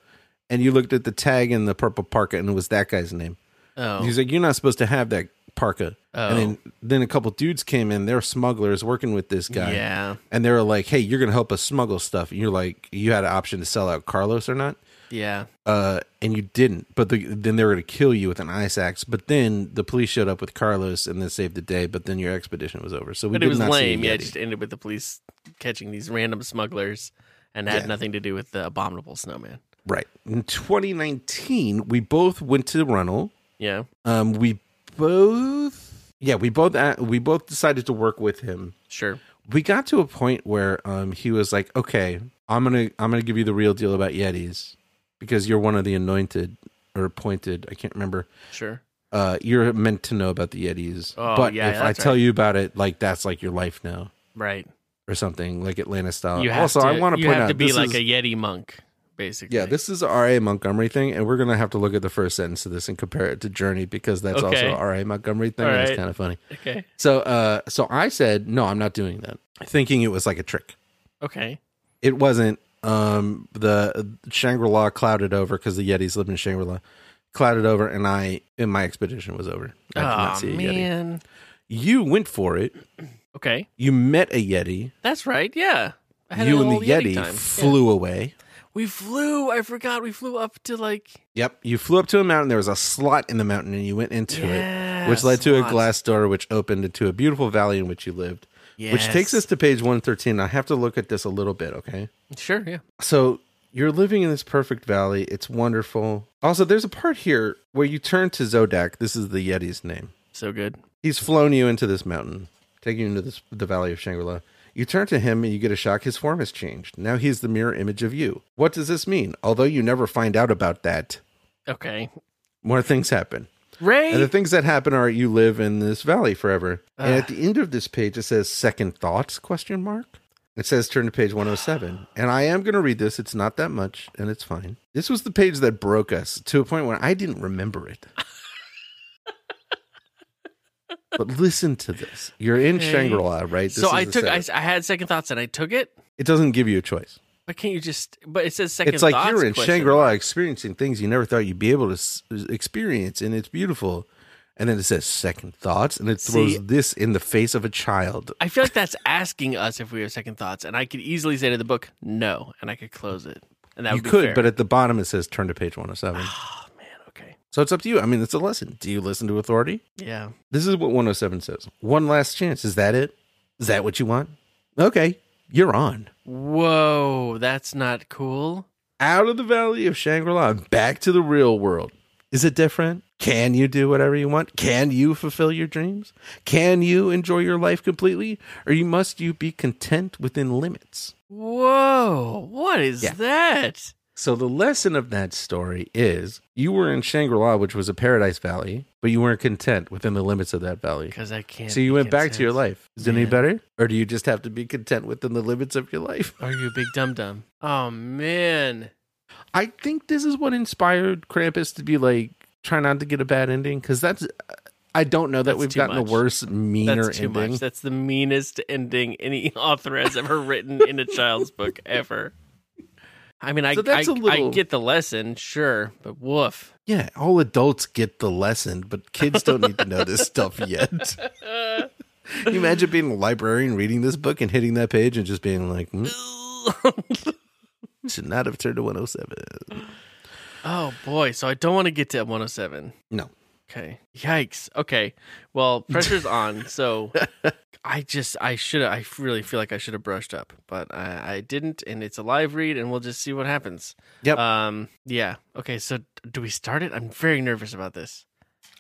B: And you looked at the tag in the purple parka, and it was that guy's name.
C: Oh.
B: He's like, "You're not supposed to have that parka."
C: Oh.
B: And then, then a couple dudes came in. They're smugglers working with this guy.
C: Yeah.
B: And they were like, "Hey, you're going to help us smuggle stuff." And you're like, "You had an option to sell out Carlos or not."
C: Yeah.
B: uh, and you didn't. But the, then they were going to kill you with an ice axe. But then the police showed up with Carlos and then saved the day. But then your expedition was over. So we
C: But
B: did
C: it was
B: not
C: lame.
B: See a
C: Yeah,
B: Yeti.
C: it just ended with the police catching these random smugglers and had
B: Yeah.
C: nothing to do with the abominable snowman.
B: right. In 2019, we both went to Runnel.
C: Yeah.
B: Um, we both, yeah, we both uh, we both decided to work with him.
C: Sure.
B: We got to a point where um, he was like, "Okay, I'm gonna I'm gonna give you the real deal about Yetis because you're one of the anointed or appointed. I can't remember."
C: Sure.
B: uh, you're meant to know about the Yetis.
C: Oh,
B: but
C: yeah,
B: if I
C: that's
B: tell
C: right.
B: you about it, like that's like your life now
C: Right.
B: or something, like Atlanta style.
C: You have
B: Uh, also,
C: to,
B: I want
C: you
B: point
C: have
B: out
C: to be
B: this
C: like
B: is-
C: a Yeti monk, basically.
B: yeah, this is a R.A. Montgomery thing, and we're gonna have to look at the first sentence of this and compare it to Journey because that's
C: Okay.
B: also a R.A. Montgomery thing.
C: All
B: and
C: right.
B: It's kind of funny.
C: Okay.
B: So, uh, so I said no, I'm not doing that, thinking it was like a trick.
C: Okay.
B: It wasn't. Um, the Shangri La clouded over because the Yetis lived in Shangri La, clouded over, and I and my expedition was over. I did not
C: oh
B: see a Yeti.
C: man.
B: You went for it.
C: Okay.
B: you met a yeti
C: That's right. Yeah. I I had
B: you
C: it
B: and the
C: all
B: Yeti,
C: time.
B: flew away.
C: Yeah. We flew. I forgot. We flew up to like.
B: Yep. You flew up to a mountain. There was a slot in the mountain, and you went into it, which
C: Yes,
B: led to a
C: lots.
B: glass door, which opened into a beautiful valley in which you lived. Which takes us
C: Yes.
B: to page 113. I have to look at this a little bit, okay?
C: Sure. Yeah.
B: So you're living in this perfect valley. It's wonderful. Also, there's a part here where you turn to Zodak. This is the Yeti's name.
C: So good.
B: He's flown you into this mountain, taking you into this, the valley of Shangri La. You turn to him and you get a shock. His form has changed. Now he's the mirror image of you. What does this mean? Although you never find out about that,
C: Okay.
B: more things happen. And the
C: Ray.
B: things that happen are you live in this valley forever. And at the end of this page, it says second thoughts question mark. It says turn to page 107. And I am going to read this. It's not that much and it's fine. This was the page that broke us to a point where I didn't remember it. but listen to this. You're in
C: Okay.
B: Shangri-La, right? This
C: So
B: is
C: I
B: the
C: took. I,
B: setup.
C: I had second thoughts and I took it.
B: it doesn't give you a choice.
C: Why can't you just? But it says second.
B: It's like
C: thoughts,
B: you're in
C: question
B: Shangri-La
C: mark.
B: experiencing things you never thought you'd be able to s- experience, and it's beautiful. And then it says second thoughts, and it throws
C: See-
B: this in the face of a child.
C: I feel like that's asking us if we have second thoughts, and I could easily say to the book, "No," and I could close it, and that
B: You
C: would be
B: could,
C: fair.
B: but at the bottom it says turn to page 107.
C: oh man, okay,
B: so it's up to you. I mean, it's a lesson. Do you listen to authority?
C: yeah,
B: This is what 107 says. One last chance. Is that it? Is that what you want? Okay, you're on.
C: whoa, that's not cool.
B: Out of the valley of Shangri-La and back to the real world. Is it different? Can you do whatever you want? Can you fulfill your dreams? Can you enjoy your life completely? Or you must you be content within limits?
C: Whoa, what is
B: Yeah.
C: that?
B: So the lesson of that story is you were in Shangri-La, which was a paradise valley, but you weren't content within the limits of that valley.
C: Because I can't.
B: So you
C: be
B: went back to your
C: content.
B: life. Is it any
C: Yeah.
B: better? Or do you just have to be content within the limits of your life?
C: Are you a big dum dum? Oh man,
B: I think this is what inspired Krampus to be like, try not to get a bad ending. Cause that's, I don't know that
C: That's
B: we've
C: too
B: gotten
C: much.
B: a worse, meaner
C: that's too
B: ending.
C: much. That's the meanest ending any author has ever written in a child's book ever. I mean, I,
B: So that's
C: I,
B: a little-
C: I get the lesson, sure, but woof.
B: Yeah, all adults get the lesson, but kids don't need to know this stuff yet. Can you imagine being a librarian reading this book and hitting that page and just being like, hmm, should not have turned to 107.
C: oh boy, so I don't want to get to 107.
B: No.
C: Okay. Yikes. Okay. Well, pressure's on. So I just I should have I really feel like I should have brushed up, but I, I didn't, and it's a live read, and we'll just see what happens.
B: Yep.
C: Um. Yeah. Okay. So do we start it? I'm very nervous about this.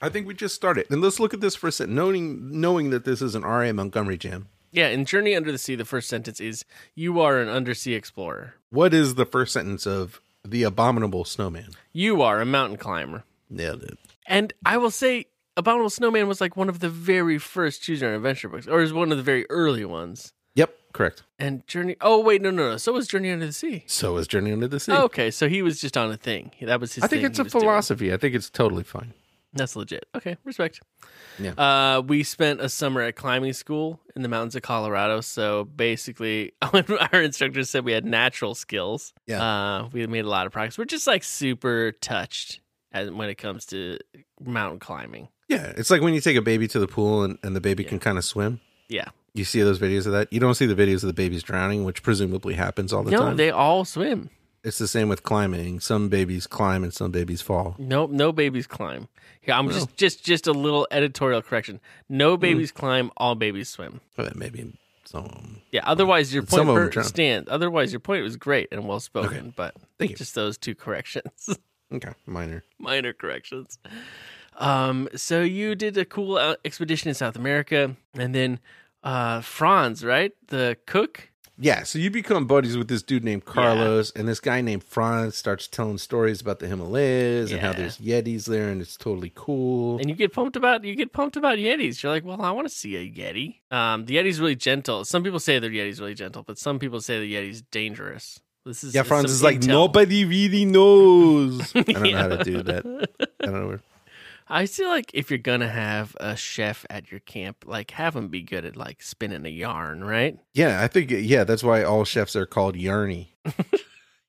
B: I think we just started. And let's look at this for a second, knowing, knowing that this is an R.A. Montgomery jam.
C: Yeah. In Journey Under the Sea, the first sentence is "You are an undersea explorer.
B: What is the first sentence of The Abominable Snowman?
C: You are a mountain climber."
B: Nailed it.
C: And I will say, Abominable Snowman was like one of the very first choose your own adventure books, or is one of the very early ones.
B: Yep, correct.
C: And Journey. Oh wait, no, no, no. So was Journey Under the Sea.
B: So is Journey Under the Sea.
C: okay, so he was just on a thing. That was his.
B: I think
C: thing
B: it's
C: he
B: a
C: was doing.
B: philosophy. I think it's totally fine.
C: That's legit. Okay, respect.
B: Yeah.
C: Uh, we spent a summer at climbing school in the mountains of Colorado. So basically, our instructor said we had natural skills.
B: Yeah.
C: Uh, we made a lot of progress. We're just like super touched as, when it comes to mountain climbing.
B: Yeah, it's like when you take a baby to the pool and, and the baby
C: Yeah.
B: can kind of swim.
C: Yeah.
B: You see those videos of that. You don't see the videos of the babies drowning, which presumably happens all the
C: no,
B: time.
C: they all swim.
B: it's the same with climbing. Some babies climb and some babies fall.
C: Nope, no babies climb. Here,
B: Oh.
C: I'm just just just a little editorial correction.
B: Hmm.
C: No babies climb. All babies swim.
B: But maybe some.
C: Yeah. Otherwise, your point
B: Some of 'em
C: per-
B: drown.
C: stand. Otherwise, your point was great and well spoken. But
B: Thank you.
C: just those two corrections,
B: Okay, minor.
C: minor corrections. Um. So you did a cool uh, expedition in South America, and then uh, Franz, right, the cook.
B: Yeah, so you become buddies with this dude named Carlos, and this guy named Franz starts telling stories about the Himalayas and how
C: Yeah.
B: there's Yetis there, and it's totally cool.
C: and you get pumped about you get pumped about yetis. You're like, well, I want to see a yeti. Um, the yeti's really gentle. Some people say the yeti's really gentle, but some people say the yeti's dangerous. This is
B: yeah,
C: it's
B: Franz
C: some
B: is like,
C: intel.
B: nobody really knows. I don't know how to do
C: Yeah.
B: that. I don't know where.
C: I feel like if you're gonna have a chef at your camp, like have him be good at like spinning a yarn, right?
B: Yeah, I think, yeah, that's why all chefs are called Yarny.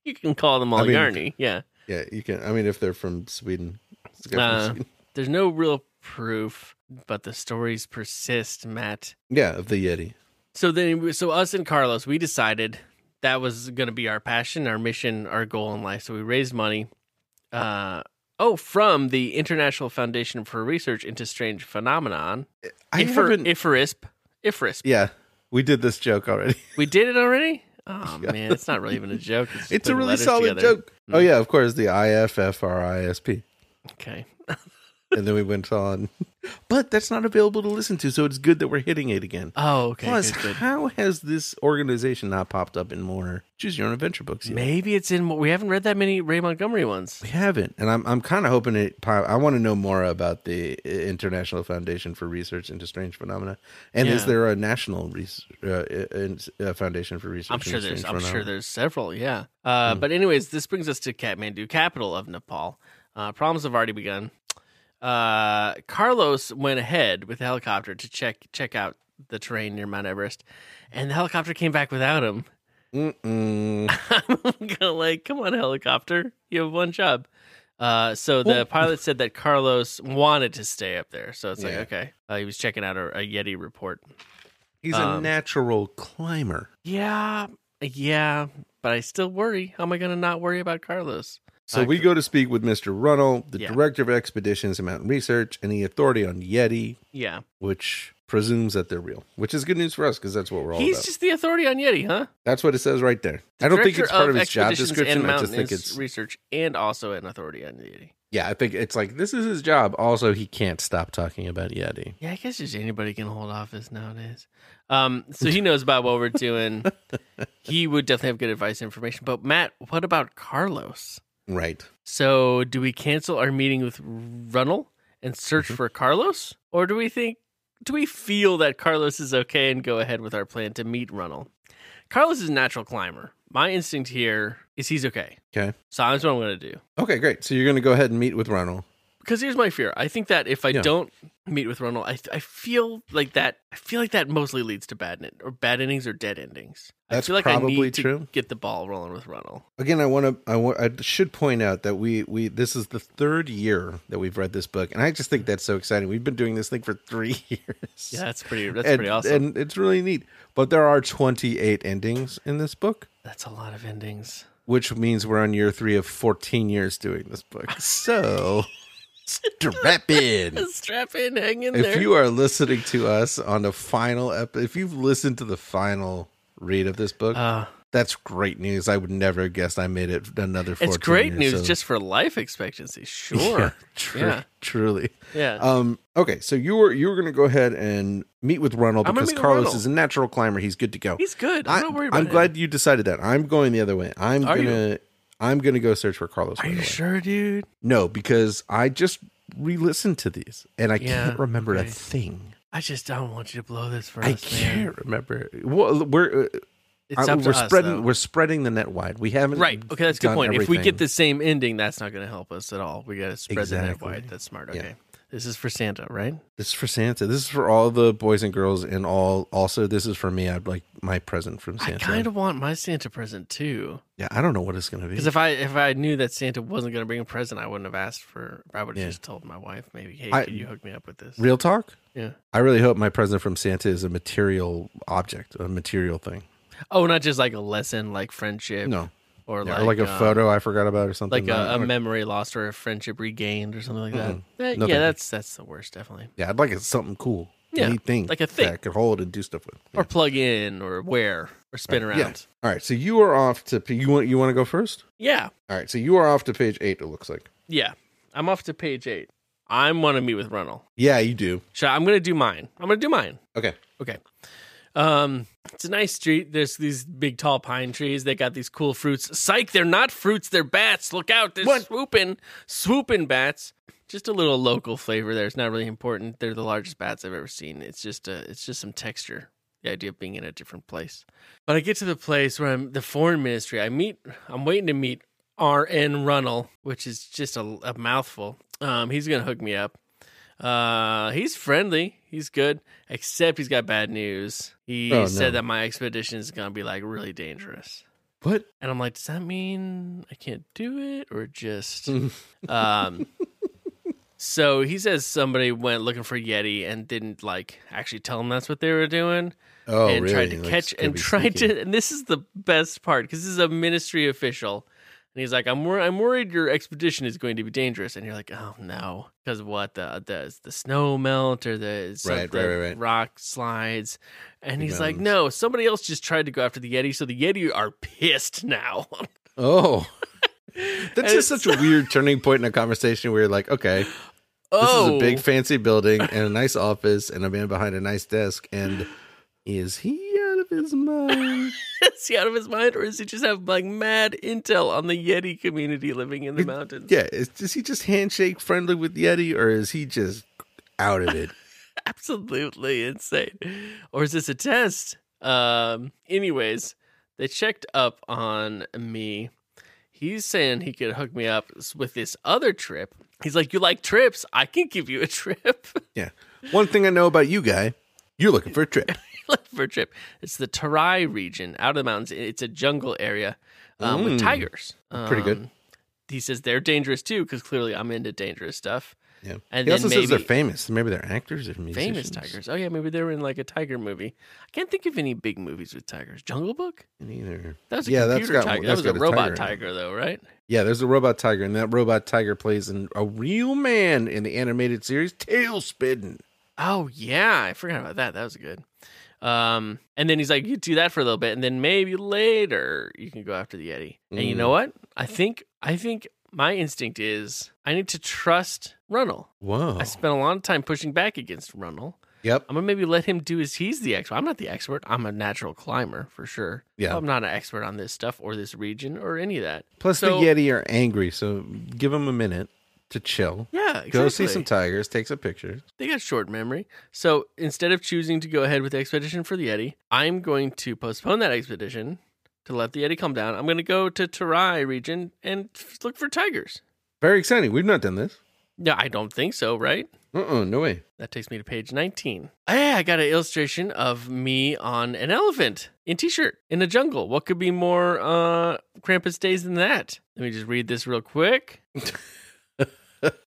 C: You can call them all
B: I mean-
C: yarny. Yeah.
B: Yeah, you can. I mean, if they're from Sweden. It's a guy from
C: Uh,
B: Sweden.
C: there's no real proof, but the stories persist, Matt.
B: Yeah, of the Yeti.
C: So then, so us and Carlos, we decided that was going to be our passion, our mission, our goal in life. So we raised money. Uh, oh, from the International Foundation for Research into Strange Phenomenon.
B: I
C: Ifer-
B: haven't.
C: IFRISP. IFRISP.
B: yeah, we did this joke already.
C: We did it already? Oh, man. It's not really even a joke.
B: It's
C: just
B: a
C: putting
B: really
C: letters
B: solid
C: together. Mm.
B: joke. Oh yeah, of course the IFFRISP,
C: Okay.
B: and then we went on. But that's not available to listen to, so it's good that we're hitting it again.
C: Oh, okay.
B: Plus,
C: good, good.
B: how has this organization not popped up in more Choose Your Own Adventure books? Yet?
C: Maybe it's in. We haven't read that many Ray Montgomery ones.
B: We haven't, and I'm I'm kind of hoping it. pop- I want to know more about the uh, International Foundation for Research into Strange Phenomena, and is
C: Yeah.
B: there a national res- uh, uh, in- uh, foundation for research?
C: I'm
B: into
C: sure there's.
B: strange
C: I'm sure
B: phenomena?
C: there's several. Yeah.
B: Hmm.
C: Uh, But anyways, this brings us to Kathmandu, capital of Nepal. Uh, problems have already begun. Uh, Carlos went ahead with a helicopter to check check out the terrain near Mount Everest, and the helicopter came back without him.
B: Mm-mm.
C: I'm gonna like, come on, helicopter, you have one job. Uh, so the pilot said that Carlos wanted to stay up there, so it's
B: Yeah.
C: like okay, uh, he was checking out a, a Yeti report.
B: He's a
C: Um,
B: natural climber.
C: Yeah, yeah, but I still worry. How am I gonna not worry about Carlos?
B: So
C: I-
B: we go to speak with Mr. Runnell, the
C: Yeah.
B: director of expeditions and mountain research, and the authority on Yeti,
C: Yeah,
B: which presumes that they're real, which is good news for us because that's what we're all
C: he's
B: about.
C: just the authority on Yeti, huh?
B: that's what it says right there. I don't think
C: Director
B: it's part of, his job
C: Expeditions
B: description.
C: And
B: I just think
C: Mountains
B: it's
C: research and also an authority on Yeti.
B: yeah. I think it's like this is his job. Also, he can't stop talking about Yeti.
C: Yeah, I guess just anybody can hold office nowadays. Um, so he knows about what we're doing. he would definitely have good advice and information. But Matt, what about Carlos?
B: Right.
C: So do we cancel our meeting with Runnell and search
B: Mm-hmm.
C: for Carlos, or do we think do we feel that Carlos is okay and go ahead with our plan to meet Runnell? Carlos is a natural climber. My instinct here is he's okay.
B: Okay.
C: So that's what I'm going to do.
B: Okay. Great. So you're going to go ahead and meet with Runnell.
C: because here's my fear. I think that if I
B: Yeah.
C: don't meet with Ronald, I I feel like that. I feel like that mostly leads to bad in, or bad innings or dead innings.
B: That's
C: I feel like I
B: probably
C: need
B: true.
C: to get the ball rolling with Ronald.
B: Again, I want to. I, wa- I should point out that we we this is the third year that we've read this book, and I just think that's so exciting. We've been doing this thing for three years.
C: Yeah, that's pretty. That's
B: and,
C: pretty awesome.
B: And it's really neat. But there are 28 endings in this book,
C: that's a lot of endings.
B: which means we're on year three of 14 years doing this book. So strap in.
C: Strap in, hang in
B: If
C: there.
B: you are listening to us on the final ep, if you've listened to the final read of this book,
C: uh,
B: that's great news. I would never have guessed I made it another 14
C: it's great
B: years,
C: news
B: so-
C: just for life expectancy. Sure.
B: Yeah,
C: Yeah.
B: tru-
C: Yeah.
B: truly.
C: Yeah.
B: Um, okay, so you were you were going to go ahead and meet with Ronald
C: I'm gonna
B: because
C: meet with
B: Carlos
C: Ronald.
B: is a natural climber. He's good to go.
C: He's good. I'm
B: I-
C: not worried about
B: I'm
C: him.
B: glad you decided that. I'm going the other way. I'm
C: Are you?
B: gonna I'm gonna go search for Carlos.
C: Are
B: right
C: you
B: away.
C: sure, dude?
B: No, because I just re-listened to these and I
C: Yeah,
B: can't remember a
C: okay.
B: thing.
C: I just don't want you to blow this for
B: I
C: us, man.
B: can't remember. Well, we're uh,
C: It's
B: I-
C: up
B: we're
C: to us,
B: spreading
C: though.
B: we're spreading the net wide. We haven't
C: Right. Okay, that's a good
B: done
C: point. If we get
B: everything.
C: the same ending, that's not going to help us at all. We got to spread the net
B: Exactly.
C: wide. That's smart.
B: Yeah.
C: Okay. This is for Santa, right?
B: This is for Santa. This is for all the boys and girls and all. Also, this is for me. I'd like my present from Santa.
C: I kind of want my Santa present too.
B: yeah. I don't know what it's gonna be.
C: Because if I if I knew that Santa wasn't going to bring a present, I wouldn't have asked for. I would have
B: Yeah.
C: just told my wife, maybe, hey,
B: I-
C: could you hook me up with this?
B: Real talk.
C: Yeah.
B: I really hope my present from Santa is a material object, a material thing.
C: Oh, not just like a lesson, like friendship,
B: No,
C: or
B: Yeah,
C: like,
B: or like a
C: uh,
B: photo I forgot about or something.
C: like a,
B: I
C: a
B: don't-
C: memory lost or a friendship regained or something like that. Eh,
B: No, thank you.
C: yeah, that's that's the worst, definitely.
B: yeah, I'd like it something cool.
C: Yeah,
B: neat thing.
C: like a thing.
B: that I could hold and do stuff with.
C: Or plug in, or wear, or spin
B: Yeah.
C: around.
B: Yeah. All right, so you are off to p- you want you want to go first?
C: yeah.
B: All right, so you are off to page eight. It looks like.
C: Yeah. I'm off to page eight. I want to meet with Runnell.
B: Yeah, you do.
C: So I'm going to do mine. I'm going to do mine.
B: Okay.
C: Okay. Um, it's a nice street. There's these big tall pine trees. They got these cool fruits. Psych, they're not fruits, they're bats. Look out, they're
B: What?
C: swooping, swooping bats. Just a little local flavor there. It's not really important. They're the largest bats I've ever seen. It's just a, it's just some texture. The idea of being in a different place. But I get to the place where I'm the foreign ministry. I meet. I'm waiting to meet R.N. Runnell, which is just a, a mouthful. Um, he's gonna hook me up. Uh, he's friendly. He's good, except he's got bad news. He
B: Oh, no.
C: said that my expedition is gonna be like really dangerous.
B: What?
C: And I'm like, does that mean I can't do it or just um so he says somebody went looking for Yeti and didn't like actually tell him that's what they were doing.
B: Oh,
C: and tried
B: really?
C: to
B: Like,
C: catch
B: could
C: and
B: be
C: tried
B: sneaky.
C: to and this is the best part because this is a ministry official and he's like i'm wor- i'm worried your expedition is going to be dangerous and you're like oh no because what the the the snow melt or the, some-
B: Right,
C: the
B: right, right, right.
C: rock slides and
B: Big
C: he's like
B: mountains.
C: no somebody else just tried to go after the yeti so the yeti are pissed now
B: Oh.
C: And
B: That's just such a weird turning point in a conversation where you're like, okay, this
C: Oh.
B: is a big fancy building and a nice office and a man behind a nice desk. And is he out of his mind?
C: is he out of his mind or is he just have like mad intel on the yeti community living in the
B: It-
C: mountains
B: yeah. Is, is he just handshake friendly with Yeti or is he just out of it?
C: absolutely insane. Or is this a test? Um, anyways, they checked up on me. He's saying he could hook me up s- with this other trip. He's like, You like trips? I can give you a trip.
B: Yeah. One thing I know about you, guy, you're looking for a trip.
C: Look for a trip. It's the Tarai region out of the mountains. It's a jungle area um, with
B: Mm.
C: tigers.
B: Pretty good.
C: Um, He says they're dangerous too because clearly I'm into dangerous stuff.
B: Yeah.
C: And
B: he
C: then
B: also says they're
C: maybe-
B: famous. Maybe they're actors or musicians.
C: Famous tigers. Oh yeah, maybe they were in like a tiger movie. I can't think of any big movies with tigers. Jungle Book.
B: Neither.
C: That was a
B: Yeah, that's
C: computer
B: got-
C: tiger. That
B: that's
C: was a
B: got a
C: robot tiger,
B: tiger in it.
C: though, right?
B: Yeah, there's a robot tiger, and that robot tiger plays an, a real man in the animated series Tailspin.
C: Oh yeah, I forgot about that. That was good. Um, and then he's like, "You do that for a little bit, and then maybe later you can go after the yeti." And you
B: Mm.
C: know what? I think I think my instinct is I need to trust Runnel.
B: Whoa.
C: I um, spent a lot of time pushing back against Runnel.
B: Yep.
C: I'm gonna maybe let him do as he's the expert. I'm not the expert. I'm a natural climber for sure.
B: Yeah.
C: I'm not an expert on this stuff or this region or any of that.
B: Plus,
C: So-
B: the Yeti are angry, so give them a minute to chill.
C: Yeah, exactly.
B: Go see some tigers, take some pictures.
C: They got short memory. So instead of choosing to go ahead with the expedition for the Yeti, I'm going to postpone that expedition to let the Yeti come down. I'm going to go to Tarai region and f- look for tigers.
B: Very exciting. We've not done this.
C: No, I don't think so, right?
B: Uh-uh, no way.
C: That takes me to page 19. Hey, I got an illustration of me on an elephant in t-shirt in a jungle. What could be more uh Krampus days than that? Let me just read this real quick.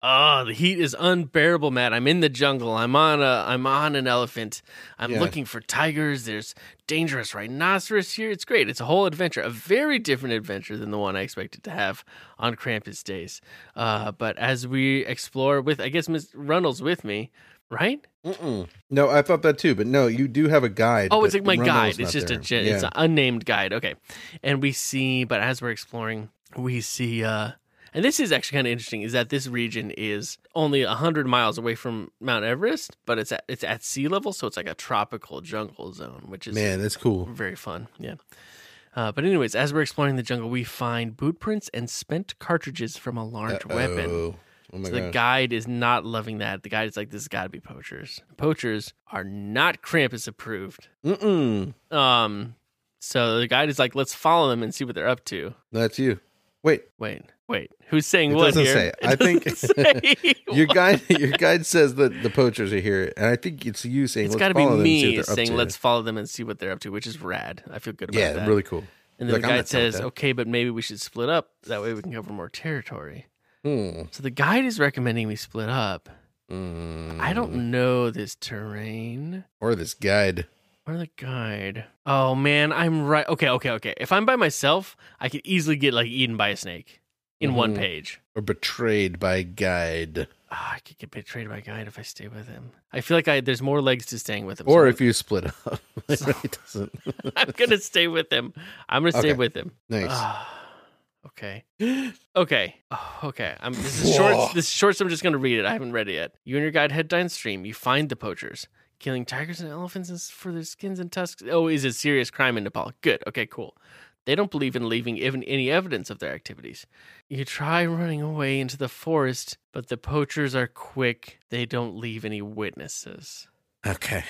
C: Ah, the heat is unbearable, Matt. I'm in the jungle. I'm on a I'm on an elephant. I'm
B: Yeah.
C: looking for tigers. There's dangerous rhinoceros here. It's great. It's a whole adventure, a very different adventure than the one I expected to have on Krampus days. Uh, but as we explore with, I guess Miss Runnels with me, right?
B: Mm-mm. No, I thought that too, but no, you do have a guide.
C: Oh, it's
B: but
C: like my
B: Ronald's
C: guide. It's
B: not
C: just a
B: there.
C: gen- it's
B: Yeah.
C: an unnamed guide. Okay, and we see, but as we're exploring, we see, uh and this is actually kind of interesting, is that this region is only hundred miles away from Mount Everest, but it's at it's at sea level, so it's like a tropical jungle zone, which is
B: Man, that's cool.
C: very fun. Yeah. Uh, but anyways, as we're exploring the jungle, we find boot prints and spent cartridges from a large weapon.
B: Uh-oh. Oh my
C: So the
B: gosh.
C: guide is not loving that. The guide is like, "This has got to be poachers. Poachers are not Krampus approved."
B: Mm-mm.
C: Um, so the guide is like, "Let's follow them and see what they're up to."
B: That's you. Wait,
C: Wait, wait, who's saying
B: It
C: what
B: doesn't
C: here?
B: say. I think-
C: say
B: your
C: what.
B: guide your guide says that the poachers are here, and I think it's you saying
C: It's
B: got to
C: be
B: see
C: me
B: what they're up
C: saying,
B: to."
C: "Let's follow them and see what they're up to," which is rad. I feel good about
B: Yeah,
C: that.
B: really cool.
C: And then
B: Like,
C: the
B: I'm
C: guide
B: not down with
C: says,
B: that.
C: "Okay, but maybe we should split up. That way we can cover more territory."
B: Hmm.
C: So the guide is recommending we split up.
B: Mm.
C: I don't know this terrain.
B: or this guide.
C: Or the guide. Oh man, I'm right. Okay, okay, okay. If I'm by myself, I could easily get like eaten by a snake in one
B: Mhm.
C: page.
B: Or betrayed by guide.
C: Ah, I could get betrayed by a guide if I stay with him. I feel like I there's more legs to staying with him.
B: Or
C: so
B: if you split up. it really doesn't.
C: I'm gonna stay with him. I'm gonna stay
B: Okay.
C: with him.
B: nice.
C: Ah, okay. Okay. Oh, okay. I'm, this is short.
B: Woah.
C: This is short. So I'm just going to read it. I haven't read it yet. You and your guide head downstream. You find the poachers killing tigers and elephants is- for their skins and tusks. Oh, is a serious crime in Nepal. Good. Okay. Cool. They don't believe in leaving even any evidence of their activities. You try running away into the forest, but the poachers are quick. They don't leave any witnesses.
B: okay.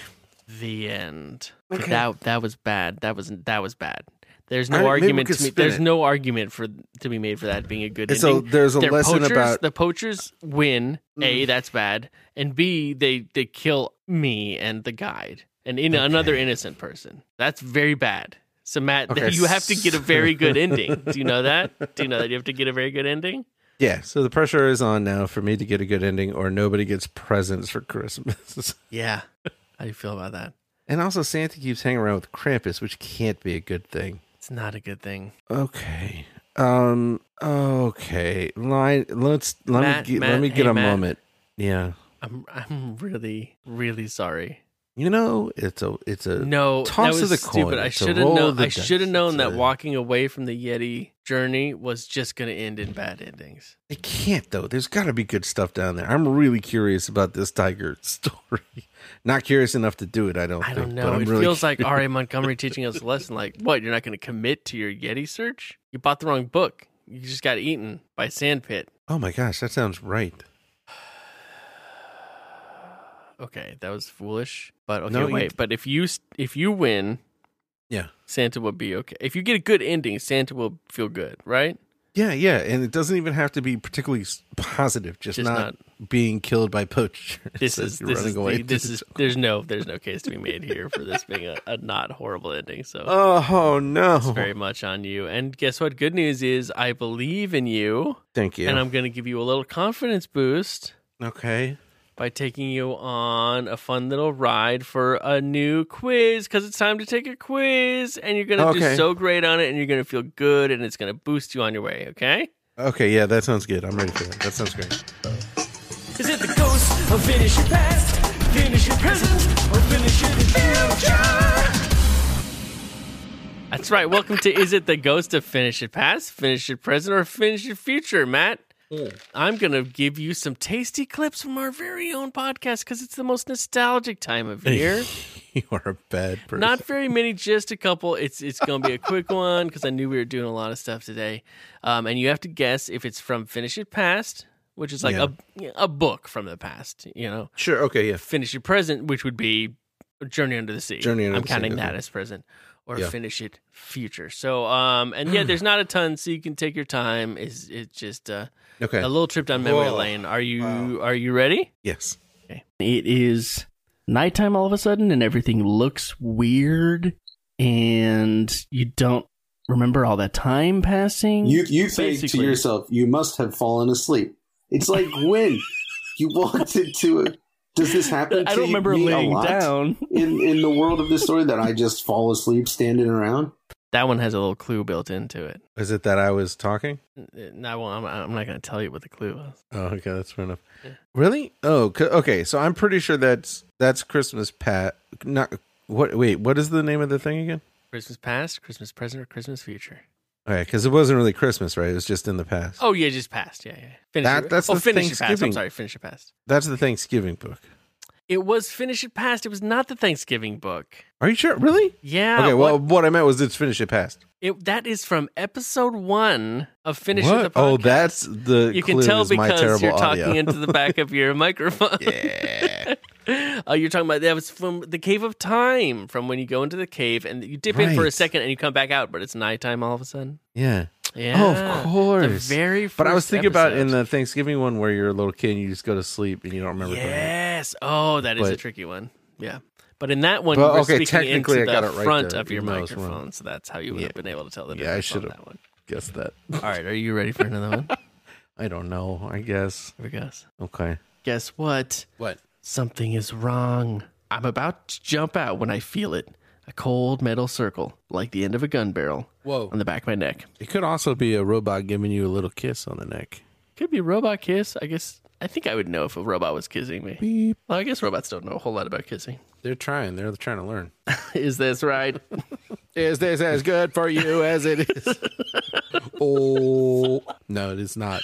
C: The end.
B: Okay.
C: That that was bad. That was that was bad. There's
B: All
C: no
B: right, maybe we
C: argument
B: could
C: to me.
B: spin
C: There's
B: it.
C: no argument for to be made for that being a Mm. good
B: And so
C: ending.
B: there's a
C: They're
B: lesson
C: poachers,
B: about
C: the poachers win. A that's bad, and B they they kill me and the guide and in another
B: Okay.
C: innocent person. That's very bad. So Matt,
B: Okay,
C: you have to get a very good
B: so-
C: ending. Do you know that? Do you know that you have to get a very good ending?
B: Yeah, so the pressure is on now for me to get a good ending or nobody gets presents for Christmas.
C: Yeah. How do you feel about that?
B: And also, Santa keeps hanging around with Krampus, which can't be a good thing.
C: It's not a good thing.
B: Okay. Um. Okay. Line. Let's let
C: Matt,
B: me get,
C: Matt,
B: let me get
C: hey,
B: a
C: Matt.
B: moment. Yeah.
C: I'm I'm really really sorry.
B: You know, it's a it's a
C: No,
B: toss
C: that
B: of
C: was
B: the coin.
C: stupid. I
B: It's a
C: should have
B: roll of
C: known.
B: the
C: I should have
B: dice.
C: known
B: It's
C: that
B: a-
C: walking away from the Yeti journey was just going to end in bad endings.
B: It can't though. There's got to be good stuff down there. I'm really curious about this tiger story. Not curious enough to do it. I don't.
C: I
B: think,
C: don't
B: But
C: know.
B: I'm
C: It
B: really
C: feels like
B: curious.
C: R.A. Montgomery teaching us a lesson. Like, what? You're not going to commit to your Yeti search? You bought the wrong book. You just got eaten by a sandpit.
B: Oh my gosh, that sounds right.
C: Okay, that was foolish. But okay,
B: No, you-
C: wait. But if you s- if you win,
B: Yeah.
C: Santa will be okay. If you get a good ending, Santa will feel good, right?
B: Yeah, yeah, and it doesn't even have to be particularly s- positive. Just,
C: Just
B: not, being killed by poachers.
C: This
B: as
C: is
B: you're
C: this is
B: running away
C: the- this
B: to-
C: is there's no there's no case to be made here for this being a, a not horrible ending. So
B: Oh no!
C: it's very much on you. And guess what? Good news is I believe in you,
B: Thank you.
C: and I'm going to give you a little confidence boost
B: okay.
C: by taking you on a fun little ride for a new quiz because it's time to take a quiz, and you're going to do
B: Okay.
C: so great on it, and you're going to feel good, and it's going to boost you on your way. Okay.
B: Okay. Yeah, that sounds good. I'm ready for that. That sounds great.
F: Is it the ghost of finish your past, finish your present, or finish your future?
C: That's right. Welcome to Is It the Ghost of Finish It Past, Finish It Present, or Finish It Future, Matt? I'm going to give you some tasty clips from our very own podcast because it's the most nostalgic time of year.
B: you are a bad person.
C: Not very many, just a couple. It's it's going to be a quick one because I knew we were doing a lot of stuff today. Um, and you have to guess if it's from Finish It Past, which is like a, a book from the past, you know,
B: sure. Okay. Yeah.
C: finish it present, which would be Journey Under the Sea.
B: Journey Under
C: I'm
B: the Sea,
C: counting
B: okay.
C: that as present, or
B: Yeah.
C: finish it future. So, um, and yeah, there's not a ton, so you can take your time. Is it's just uh,
B: Okay.
C: a little trip down memory
B: Whoa.
C: lane? Are you are you ready?
B: yes.
C: It is nighttime all of a sudden, and everything looks weird, and you don't remember all that time passing.
G: You you think to
C: Basically.
G: yourself, you must have fallen asleep. It's like when you walked into a. Does this happen? To
C: I don't remember
G: me a
C: laying
G: lot
C: down.
G: in in the world of this story that I just fall asleep standing around.
C: That one has a little clue built into it.
B: Is it that I was talking?
C: No, well, I'm, I'm not going to tell you what the clue was.
B: Oh, okay. That's fair enough. Really? Oh, c- okay. So I'm pretty sure that's that's Christmas Pat. Not what? Wait. What is the name of the thing again?
C: Christmas past, Christmas present, or Christmas future?
B: Okay, because it wasn't really Christmas, right? It was just in the past.
C: Oh yeah, just past. Yeah, yeah. Finish
B: That-
C: it.
B: that's
C: oh,
B: the
C: finish it past. I'm
B: Thanksgiving.
C: sorry, finish it past.
B: That's the Thanksgiving book.
C: It was finish it past. It was not the Thanksgiving book.
B: Are you sure? Really?
C: Yeah.
B: Okay. Well,
C: what-
B: what, I meant was it's finish it past.
C: it, that is from episode one of finish
B: What?
C: it. The podcast.
B: oh, that's the.
C: you
B: clue
C: can tell
B: is my
C: because
B: terrible
C: you're talking
B: audio.
C: into the back of your microphone.
B: yeah.
C: Oh, you're talking about that was from the cave of time, from when you go into the cave and you dip in for a
B: Right.
C: second and you come back out, but it's nighttime all of a sudden.
B: Yeah.
C: Yeah,
B: Oh,
C: It's
B: of
C: the
B: course.
C: very.
B: But I was
C: first
B: thinking about in
C: episode.
B: the Thanksgiving one where you're a little kid and you just go to sleep and you don't remember. Yeah.
C: Yes. Oh, that is a
B: But-
C: tricky one. Yeah. But in that one,
B: Well,
C: you were
B: okay,
C: speaking
B: technically
C: into
B: I got
C: the
B: it right
C: front
B: there,
C: of your
B: even though I was wrong.
C: microphone, so that's how you would have been able to tell the
B: Yeah, I
C: difference. on
B: should've.
C: that one.
B: Guess that.
C: All right, are you ready for another one? Here
B: I don't know. I guess.
C: we guess.
B: Okay.
C: Guess what?
B: What?
C: Something is wrong. I'm about to jump out when I feel it. A cold metal circle, like the end of a gun barrel,
B: Whoa.
C: on the back of my neck.
B: It could also be a robot giving you a little kiss on the neck.
C: Could be a robot kiss. I guess I think I would know if a robot was kissing me.
B: Beep.
C: Well, I guess robots don't know a whole lot about kissing.
B: They're trying. They're trying to learn.
C: Is this right?
B: Is this as good for you as it is? oh no, it is not.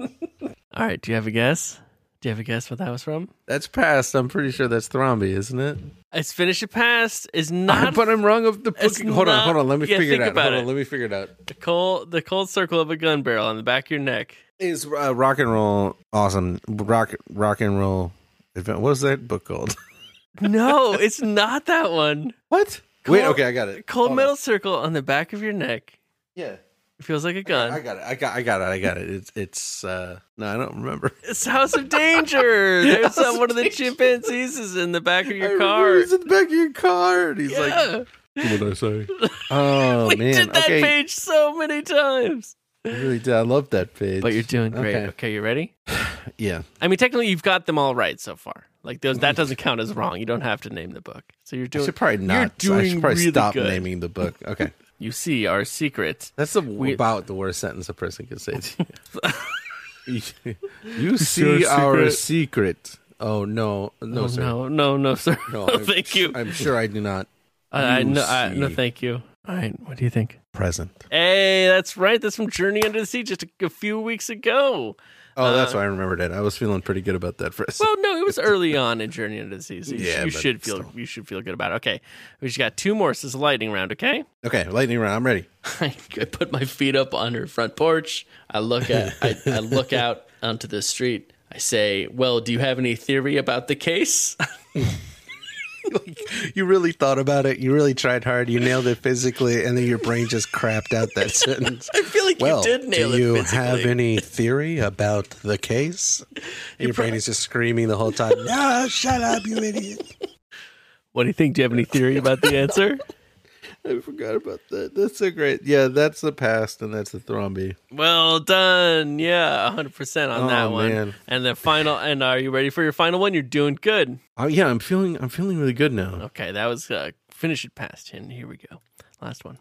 C: All right, do you have a guess? Do you have a guess what that was from?
B: That's past. I'm pretty sure that's Thromby, isn't it?
C: It's finish it past is
B: I,
C: not
B: but I'm wrong of the book.
C: it's
B: Hold on,
C: not-
B: hold on. Let me
C: yeah,
B: figure it
C: think
B: out.
C: about
B: Hold
C: it.
B: on, let me figure it out.
C: the cold the cold circle of a gun barrel on the back of your neck.
B: Is uh, rock and roll awesome? Rock rock and roll event. What was that book called?
C: No, it's not that one.
B: What? Wait. Okay, I got it.
C: Cold
B: Hold on.
C: metal circle on the back of your neck.
B: Yeah,
C: Feels like a
B: I
C: gun.
B: got it. I got. I got it. I got it. It's. It's. uh No, I don't remember.
C: It's House of Danger. There's
B: House of
C: some, one of the
B: Danger.
C: chimpanzees is in the back of
B: I
C: your
B: remember
C: car.
B: He's in the back of your car, and he's like,
C: Yeah.
D: What would I say?
B: "Oh
C: we
B: man,
C: did that
B: okay,
C: page so many times.
B: I really did. I love that page.
C: But you're doing great.
B: Okay.
C: Okay. you ready?
B: yeah.
C: I mean, technically, you've got them all right so far. Like those, that doesn't count as wrong. You don't have to name the book. So you're
B: I
C: doing.
B: should probably not.
C: You're doing
B: I should probably
C: really
B: stop
C: good.
B: naming the book. Okay.
C: You see our secret.
B: That's the,
C: We-
B: about the worst sentence a person could say to you. you see our
C: secret.
B: secret. Oh, no. No,
C: oh,
B: sir.
C: no, no, no, sir.
B: No,
C: No,
B: I'm-
C: thank you.
B: I'm sure I do not.
C: I, I,
B: you
C: no, I, no,
B: see.
C: thank you. All right, what do you think?
B: Present.
C: Hey, that's right. That's from Journey Under the Sea just a, a few weeks ago.
B: Oh,
H: Uh,
B: that's why I remembered it. I was feeling pretty good about that for a second.
C: Well, no, it was early on in Journey Under the Sea. So you,
B: Yeah,
C: you
B: but
C: should feel
B: still.
C: you should feel good about it. Okay, we just got two more. So it's a lightning round. Okay.
B: Okay, lightning round. I'm ready.
I: I put my feet up on her front porch. I look at I, I look out onto the street. I say, "Well, do you have any theory about the case?"
H: You really thought about it. You really tried hard. You nailed it physically, and then your brain just crapped out that sentence.
I: I feel like
H: well,
I: you did nail
H: do
I: it.
H: you
I: physically.
H: have any theory about the case? And your brain is just screaming the whole time. No, shut up, you idiot!
C: What do you think? Do you have any theory about the answer?
B: I forgot about that. That's so great. Yeah, that's the past, and that's the thrombi.
C: Well done. Yeah, 100% on
B: Oh,
C: that one.
B: man.
C: And the final and are you ready for your final one? You're doing good.
B: Oh yeah, I'm feeling. I'm feeling really good now.
C: Okay, that was uh, finish it past 10. Here we go. Last one.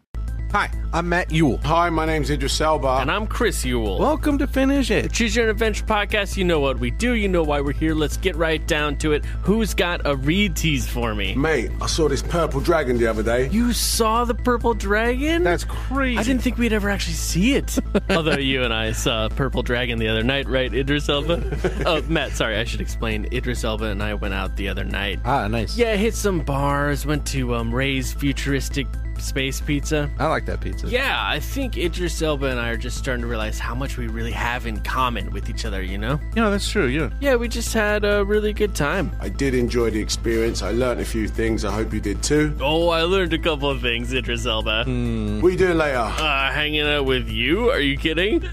H: Hi, I'm Matt Yule.
J: Hi, my name's Idris Elba.
C: And I'm Chris Ewell.
B: Welcome to finish it.
C: Choose Your Own Adventure podcast. You know what we do. You know why we're here. Let's get right down to it. Who's got a read tease for me?
J: Mate, I saw this purple dragon the other day.
C: You saw the purple dragon?
B: That's crazy.
C: I didn't think we'd ever actually see it. Although you and I saw Purple Dragon the other night, right, Idris Elba? oh, Matt, sorry, I should explain. Idris Elba and I went out the other night.
B: Ah, nice.
C: Yeah, hit some bars, went to um, Ray's futuristic space pizza.
B: I like that pizza.
C: Yeah, I think Idris Elba and I are just starting to realize how much we really have in common with each other, you know?
B: yeah, that's true. Yeah.
C: Yeah, we just had a really good time.
J: I did enjoy the experience. I learnt a few things. I hope you did too.
C: Oh, I learned a couple of things, Idris Elba.
J: What are you doing later?
C: Uh, hanging out with you? Are you kidding?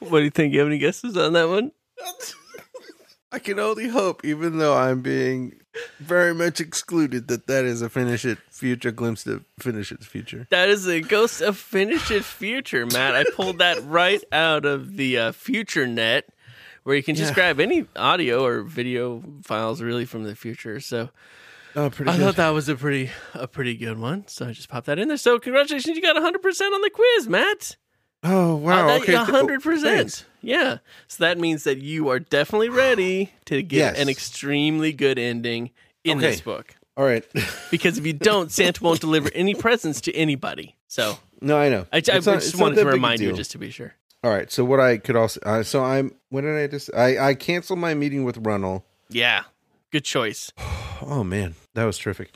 C: what do you think? You have any guesses on that one?
B: I can only hope, even though I'm being very much excluded, that that is a finish it future glimpse to finish its future.
C: That is a ghost of Finish It Future, Matt. I pulled that right out of the uh, future net where you can just grab any audio or video files really from the future. So
B: Oh, pretty
C: I thought that was a pretty a pretty good one. So I just popped that in there. So congratulations, you got 100% on the quiz, Matt.
B: oh wow.
C: Uh, that-
B: okay. Oh,
C: 100%.
B: Thanks.
C: yeah. So that means that you are definitely ready to give
B: Yes.
C: an extremely good ending in
B: Okay.
C: this book.
B: All right.
C: Because if you don't, Santa won't deliver any presents to anybody. So
B: no, I know.
C: I, I
B: It's not-
C: just
B: it's not
C: wanted
B: that
C: to
B: big a
C: remind you
B: deal.
C: just to be sure.
B: All right. So what I could also uh, so I'm when did I just I I canceled my meeting with Runnel.
C: Yeah. Good choice.
B: Oh man, that was terrific.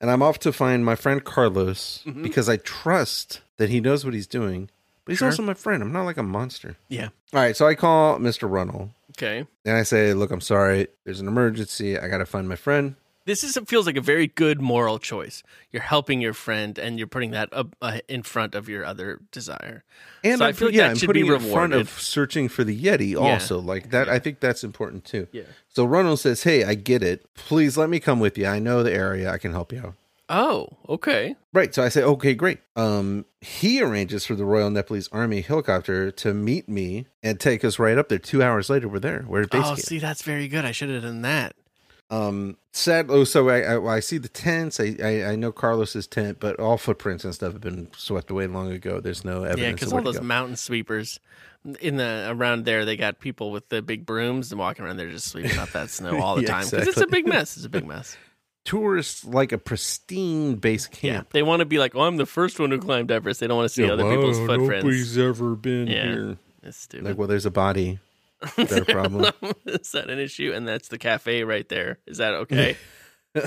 B: And I'm off to find my friend Carlos
C: Mm-hmm.
B: because I trust that he knows what he's doing. But he's also my friend. I'm not like a monster.
C: Yeah.
B: All right. So I call Mr. Runnel
C: Okay.
B: and I say, "Look, I'm sorry. There's an emergency. I got to find my friend."
C: This is feels like a very good moral choice. You're helping your friend and you're putting that up, uh, in front of your other desire.
B: And
C: So I
B: I'm,
C: feel like
B: yeah,
C: that
B: I'm
C: should
B: putting
C: be
B: it in front
C: rewarded.
B: of searching for the Yeti. Also, like that, I think that's important too.
C: Yeah.
B: So Ronald says, "Hey, I get it. Please let me come with you. I know the area. I can help you out."
C: Oh, okay.
B: Right. So I say, okay, great. Um, he arranges for the Royal Nepalese Army helicopter to meet me and take us right up there. Two hours later, we're there. We're at base
C: oh,
B: camp.
C: see, that's very good. I should have done that.
B: Um, sad. Oh, so I, I, I see the tents. I, I, I know Carlos's tent, but all footprints and stuff have been swept away long ago. There's no evidence.
C: Yeah,
B: of
C: because
B: where
C: all
B: to
C: those
B: go.
C: mountain sweepers in the around there, they got people with the big brooms and walking around there just sweeping up that snow all the
B: Yeah,
C: time. 'Cause it's
B: exactly.
C: a big mess. It's a big mess.
B: tourists like a pristine base
C: Yeah,
B: camp.
C: they want to be like, "Oh, I'm the first one who climbed Everest." They don't want to see other people's footprints.
B: ever been
C: Yeah. here. It's stupid.
B: Like, well, there's a body. Is that a problem?
C: is that an issue? And that's the cafe right there. Is that okay?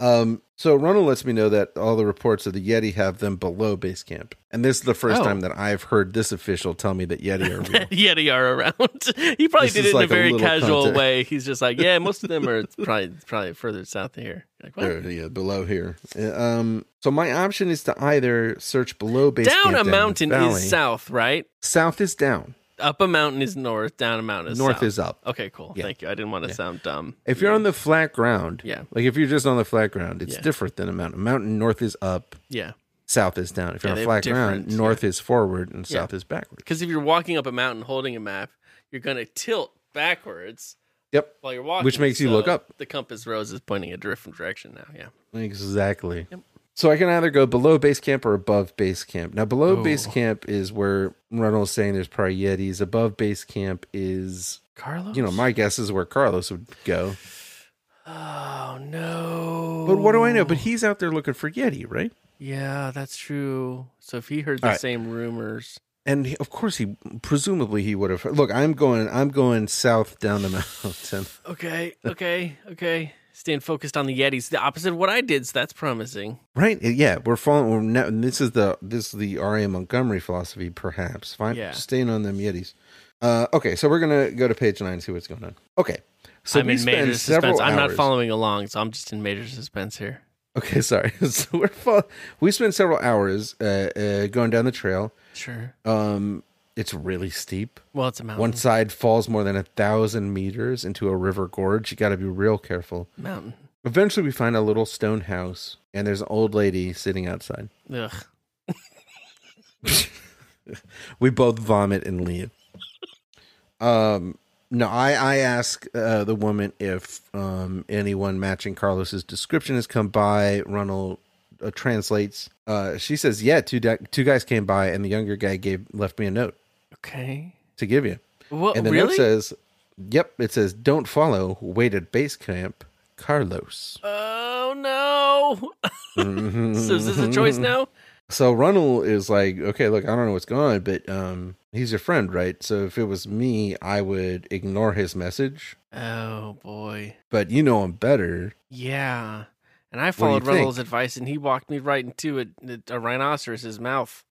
B: Um, so Ronald lets me know that all the reports of the Yeti have them below base camp, and this is the first
C: Oh.
B: time that I've heard this official tell me that Yeti are real.
C: Yeti are around. he probably
B: This
C: did
B: is
C: it in
B: like
C: a
B: a
C: very
B: little
C: casual
B: contact.
C: way. He's just like, yeah, most of them are probably probably further south of here. Like, what?
B: They're, yeah, below here. Uh, Um, so my option is to either search below base camp,
C: Down a
B: in the
C: mountain
B: valley.
C: is south, right?
B: South is down.
C: Up a mountain is north. Down a mountain is
B: North
C: south.
B: is up.
C: Okay, cool.
B: Yeah.
C: Thank you. I didn't want to sound dumb.
B: If you're on the flat ground,
C: Yeah.
B: like if you're just on the flat ground, it's
C: Yeah.
B: different than a mountain. Mountain north is up.
C: Yeah.
B: south is down. If you're
C: Yeah,
B: on a
C: they're
B: flat ground,
C: different,
B: north is forward and
C: Yeah.
B: south is backward.
C: Because if you're walking up a mountain holding a map, you're going to tilt backwards
B: Yep.
C: while you're walking.
B: Which makes you look
C: so
B: up.
C: The compass rose is pointing a different direction now. Yeah.
B: Exactly. So I can either go below base camp or above base camp. Now below base
C: Oh.
B: camp is where Reynolds saying there's probably Yetis. Above base camp is
C: Carlos?
B: you know, my guess is where Carlos would go.
C: Oh, no.
B: But what do I know? But he's out there looking for Yeti, right?
C: Yeah, that's true. So if he heard the
B: All right.
C: same rumors.
B: And he- of course he presumably he would have look, I'm going I'm going south down the mountain.
C: Okay, okay, okay. Staying focused on the Yetis. The opposite of what I did, so that's promising.
B: Right? eh, Yeah, we're following. We're now, and this is the this is the R.A. Montgomery philosophy, perhaps. Fine,
C: Yeah.
B: staying on them Yetis. Uh, okay, so we're gonna go to page nine and see what's going on. Okay, so
C: I'm
B: we
C: in major
B: spend several
C: suspense. I'm not
B: hours-
C: following along, so I'm just in major suspense here.
B: Okay, sorry. so we're fo- we spend several hours uh, uh, going down the trail.
C: Sure.
B: Um, it's really steep.
C: Well, it's a mountain.
B: One side falls more than a thousand meters into a river gorge. You got to be real careful.
C: mountain.
B: Eventually, we find a little stone house, and there's an old lady sitting outside.
C: Ugh.
B: we both vomit and leave. Um, no, I I ask uh, the woman if um anyone matching Carlos's description has come by. Ronald uh, translates. Uh, she says, "Yeah, two di- two guys came by, and the younger guy gave left me a note
C: Okay.
B: to give you."
C: What?
B: And the note
C: Oh, really?
B: says, "Yep, it says don't follow. Wait at base camp, Carlos."
C: oh no! so is this a choice now?
B: So Runnel is like, okay, look, I don't know what's going on, but um, he's your friend, right? So if it was me, I would ignore his message.
C: Oh boy.
B: But you know him better.
C: Yeah. And I
B: do you
C: followed
B: think?
C: Runnels' advice, and he walked me right into a, a rhinoceros' mouth.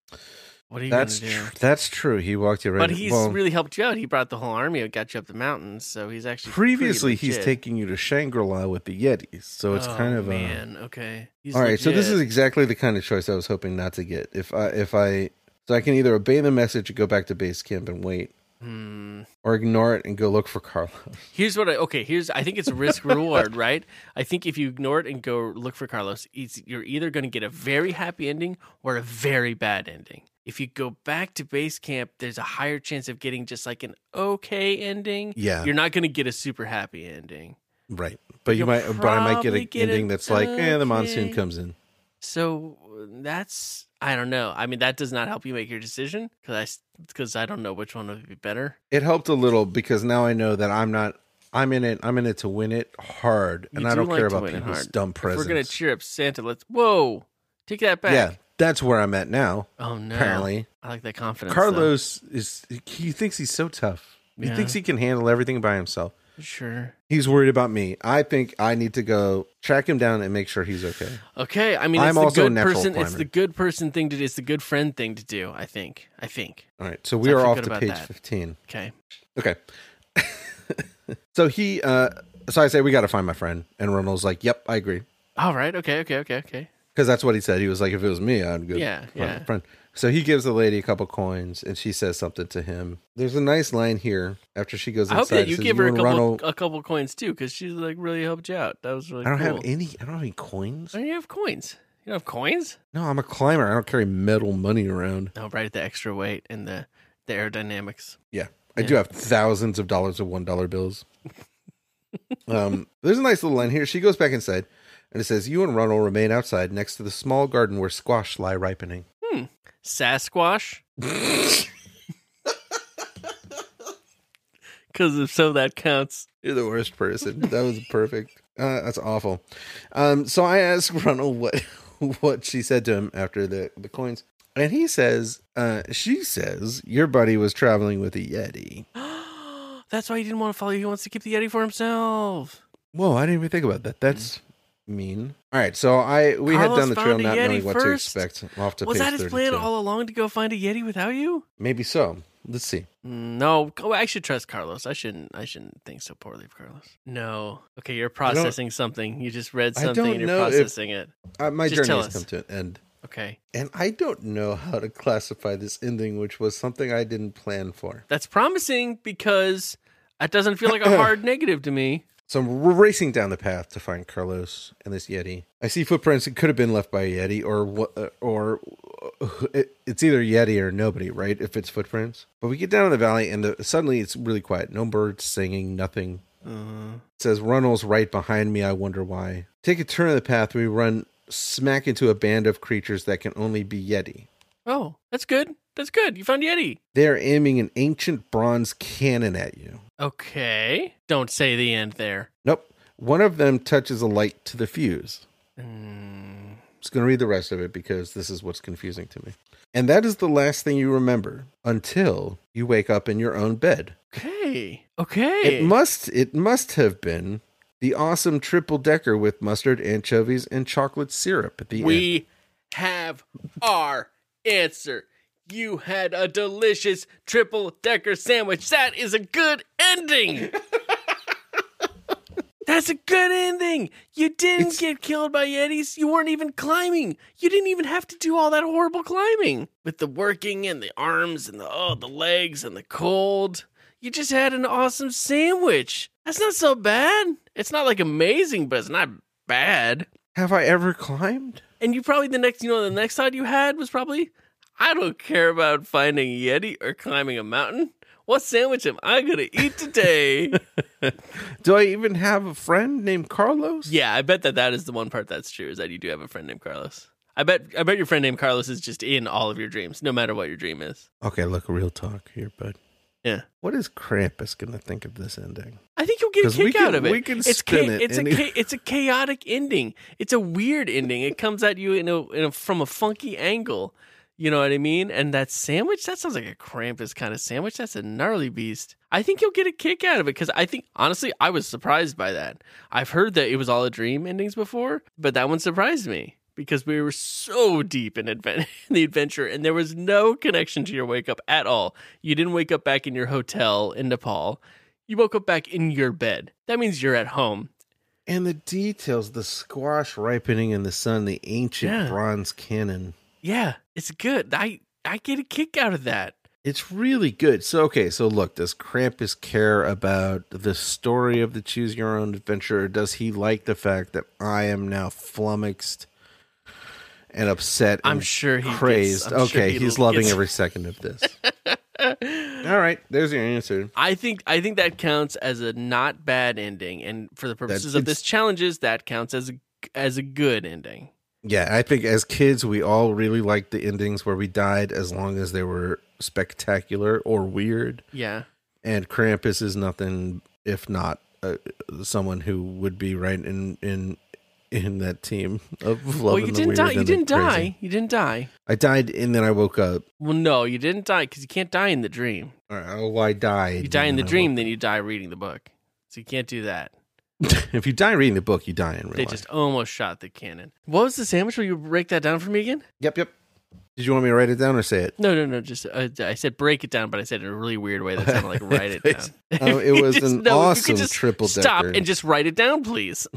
C: What are you
B: That's
C: gonna do?
B: tr- that's true. He walked you right.
C: but he's
B: well,
C: really helped you out. He brought the whole army and got you up the mountains, so he's actually pretty
B: previously he's
C: legit.
B: taking you to Shangri La with the Yetis, so it's
C: Oh,
B: kind of a.
C: man. okay. He's
B: All right, so this is
C: legit.
B: exactly the kind of choice I was hoping not to get. If I if I so I can either obey the message and go back to base camp and wait,
C: Hmm.
B: or ignore it and go look for Carlos.
C: Here's what I okay. Here's I think it's risk reward, right? I think if you ignore it and go look for Carlos, it's, you're either going to get a very happy ending or a very bad ending. If you go back to base camp, there's a higher chance of getting just like an okay ending.
B: Yeah.
C: you're not going to get a super happy ending.
B: Right, but you
C: You'll
B: might but I might get
C: probably
B: an
C: get
B: ending
C: a-
B: that's like, eh, the monsoon
C: okay.
B: comes in.
C: So that's I don't know. I mean, that does not help you make your decision because I because I don't know which one would be better.
B: it helped a little because now I know that I'm not. I'm in it. I'm in it to win it hard,
C: You
B: and I
C: do
B: don't
C: like
B: care
C: to
B: about
C: win it
B: people's
C: hard.
B: dumb
C: If
B: presents.
C: we're gonna cheer up Santa. Let's whoa, take that back.
B: yeah, that's where I'm at now.
C: Oh no.
B: Apparently,
C: I like that confidence. though.
B: Carlos is. He thinks he's so tough. He
C: uh, Yeah.
B: thinks he can handle everything by himself.
C: Sure.
B: He's worried about me. I think I need to go track him down and make sure he's okay.
C: Okay, I mean, it's
B: I'm
C: the
B: also a
C: good
B: natural
C: person. It's
B: climber.
C: the good person thing to do. It's the good friend thing to do. I think. I think.
B: All right, so we
C: I
B: are off
C: forgot
B: to
C: about
B: page
C: that.
B: 15.
C: Okay.
B: Okay. so he. uh So I say we got to find my friend, and Ronald's like, "Yep, I agree."
C: All right. Okay. Okay. Okay. Okay.
B: because that's what he said. He was like, if it was me, I'd go.
C: Yeah,
B: find
C: yeah.
B: my Friend. So he gives the lady a couple coins, and she says something to him. There's a nice line here after she goes inside.
C: I hope that
B: It
C: you
B: says,
C: give her a
B: and
C: couple
B: Ronald-
C: a couple coins too, because she like really helped you out. That was really.
B: I don't
C: cool.
B: have any. I don't have any coins.
C: Oh, you have coins. You don't have coins?
B: No, I'm a climber. I don't carry metal money around.
C: No, right at the extra weight and the the aerodynamics.
B: Yeah, I
C: Yeah.
B: do have thousands of dollars of one dollar bills. um, there's a nice little line here. She goes back inside, and it says, "You and Ronald remain outside next to the small garden where squash lie ripening."
C: Sasquatch. Because if so, that counts.
B: You're the worst person. That was perfect. Uh, that's awful. Um, so I asked Ronald what what she said to him after the the coins, and he says, uh, "She says your buddy was traveling with a yeti."
C: That's why he didn't want to follow you. He wants to keep the Yeti for himself.
B: Whoa, I didn't even think about that. That's mean. All right, so I we head
C: Carlos
B: down the trail
C: found a
B: not
C: Yeti
B: knowing what
C: first?
B: to expect. Off to
C: Was
B: page
C: that his
B: 32.
C: plan all along to go find a Yeti without you?
B: Maybe so. Let's see.
C: Mm, No, Oh, I should trust Carlos. I shouldn't. I shouldn't think so poorly of Carlos. No. Okay, you're
B: don't-
C: processing something. You just read
B: I
C: something
B: don't
C: and you're
B: know if-
C: processing it.
B: Uh, my
C: Just
B: journey
C: tell
B: has
C: us.
B: come to an end,
C: Okay,
B: and I don't know how to classify this ending, which was something I didn't plan for.
C: that's promising because it doesn't feel like a hard negative to me.
B: So I'm r- racing down the path to find Carlos and this Yeti. I see footprints that could have been left by a Yeti, or what, uh, or uh, it, it's either Yeti or nobody, right? If it's footprints. But we get down in the valley, and the, suddenly it's really quiet. No birds singing, nothing. It says Runnels right behind me. I wonder why. Take a turn of the path. We run smack into a band of creatures that can only be Yeti.
C: Oh, that's good. That's good. You found Yeti.
B: They are aiming an ancient bronze cannon at you.
C: Okay. Don't say the end there.
B: Nope. One of them touches a light to the fuse.
C: Mm,
B: I'm just going to read the rest of it because this is what's confusing to me. And that is the last thing you remember until you wake up in your own bed.
C: okay. Okay.
B: It must it must have been the awesome triple decker with mustard, anchovies, and chocolate syrup at the end.
C: we have our answer. You had a delicious triple decker sandwich. That is a good ending. That's a good ending. You didn't
B: It's-
C: get killed by Yetis. You weren't even climbing. You didn't even have to do all that horrible climbing with the working and the arms and the oh the legs and the cold. You just had an awesome sandwich. That's not so bad. It's not like amazing, but it's not bad.
B: Have I ever climbed?
C: And you probably the next, you know, the next thought you had was probably, I don't care about finding a Yeti or climbing a mountain. What sandwich am I gonna eat today?
B: Do I even have a friend named Carlos?
C: yeah, I bet that that is the one part that's true is that you do have a friend named Carlos. I bet, I bet your friend named Carlos is just in all of your dreams, no matter what your dream is.
B: Okay, look, real talk here, bud.
C: Yeah.
B: What is Krampus going to think of this ending?
C: I think you'll get a
B: 'Cause we
C: kick
B: can-
C: out of it.
B: we can
C: it's
B: spin it
C: It's a
B: any-
C: cha- it's a chaotic ending. It's a weird ending. It comes at you in a, in a from a funky angle. You know what I mean? And that sandwich, that sounds like a Krampus kind of sandwich. That's a gnarly beast. I think you'll get a kick out of it because I think honestly, I was surprised by that. I've heard that it was all a dream endings before, but that one surprised me because we were so deep in, advent- in the adventure and there was no connection to your wake up at all. You didn't wake up back in your hotel in Nepal you woke up back in your bed. That means you're at home.
B: And the details, the squash ripening in the sun, the ancient
C: Yeah.
B: bronze cannon.
C: Yeah, it's good. I I get a kick out of that.
B: It's really good. So okay, so look, does Krampus care about the story of the choose your own adventure or does he like the fact that I am now flummoxed and upset
C: I'm
B: and
C: sure he gets-
B: crazed?
C: I'm sure
B: okay,
C: he
B: he's
C: gets-
B: loving every second of this. All right, there's your answer.
C: I think I think that counts as a not bad ending, and for the purposes of
B: it's-
C: this challenges, that counts as a, as a good ending.
B: Yeah, I think as kids we all really liked the endings where we died as long as they were spectacular or weird.
C: Yeah,
B: and Krampus is nothing if not uh, someone who would be right in in in that team of love.
C: well, you
B: and the
C: didn't
B: weird
C: die.
B: and
C: You
B: the
C: didn't
B: crazy.
C: die. You didn't die.
B: I died and then I woke up.
C: Well, no, you didn't die because you can't die in the dream.
B: Or, Oh, I died.
C: You die in
B: and
C: the
B: I
C: dream, then you die reading the book. So you can't do that.
B: woke- if you die reading the book, you die in real
C: They
B: life.
C: just almost shot the cannon. What was the sandwich? Will you break that down for me again?
B: Yep, yep. Did you want me to write it down or say it?
C: No, no, no. Just uh, I said break it down, but I said it in a really weird way that sounded like write it down.
B: Um, it
C: You
B: was
C: just-
B: an
C: no, you could
B: awesome
C: just
B: triple
C: Stop
B: decker.
C: and just write it down, please.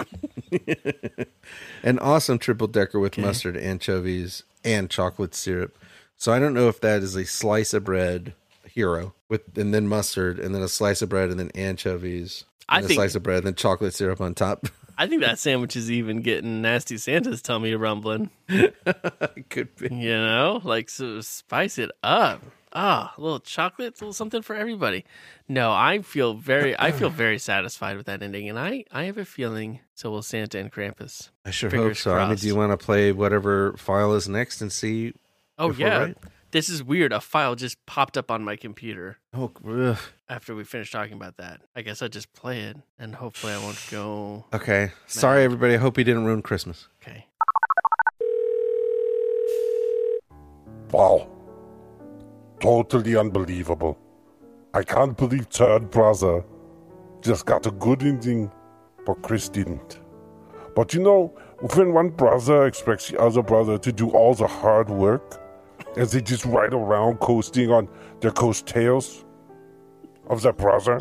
B: An awesome triple decker with mustard, anchovies, and chocolate syrup. So I don't know if that is a slice of bread hero with and then mustard and then a slice of bread and then anchovies.
C: I
B: and a
C: think-
B: slice of bread and then chocolate syrup on top.
C: I think that sandwich is even getting nasty Santa's tummy rumbling.
B: It could be.
C: You know, like so spice it up. Ah, a little chocolate, a little something for everybody. No, I feel very, I feel very satisfied with that ending, and I, I have a feeling so will Santa and Krampus.
B: I sure hope
C: Fingers
B: so. I mean, do you want to play whatever file is next and see?
C: Oh
B: if we're
C: yeah,
B: right?
C: this is weird. A file just popped up on my computer.
B: Oh, ugh.
C: after we finish talking about that. I guess I'll just play it and hopefully I won't go.
B: okay. Sorry, everybody. I hope you didn't ruin Christmas.
C: Okay.
D: Wow. Totally unbelievable. I can't believe Third Brother just got a good ending, but Chris didn't. But you know, when one brother expects the other brother to do all the hard work, and they just ride around coasting on the coattails of their brother,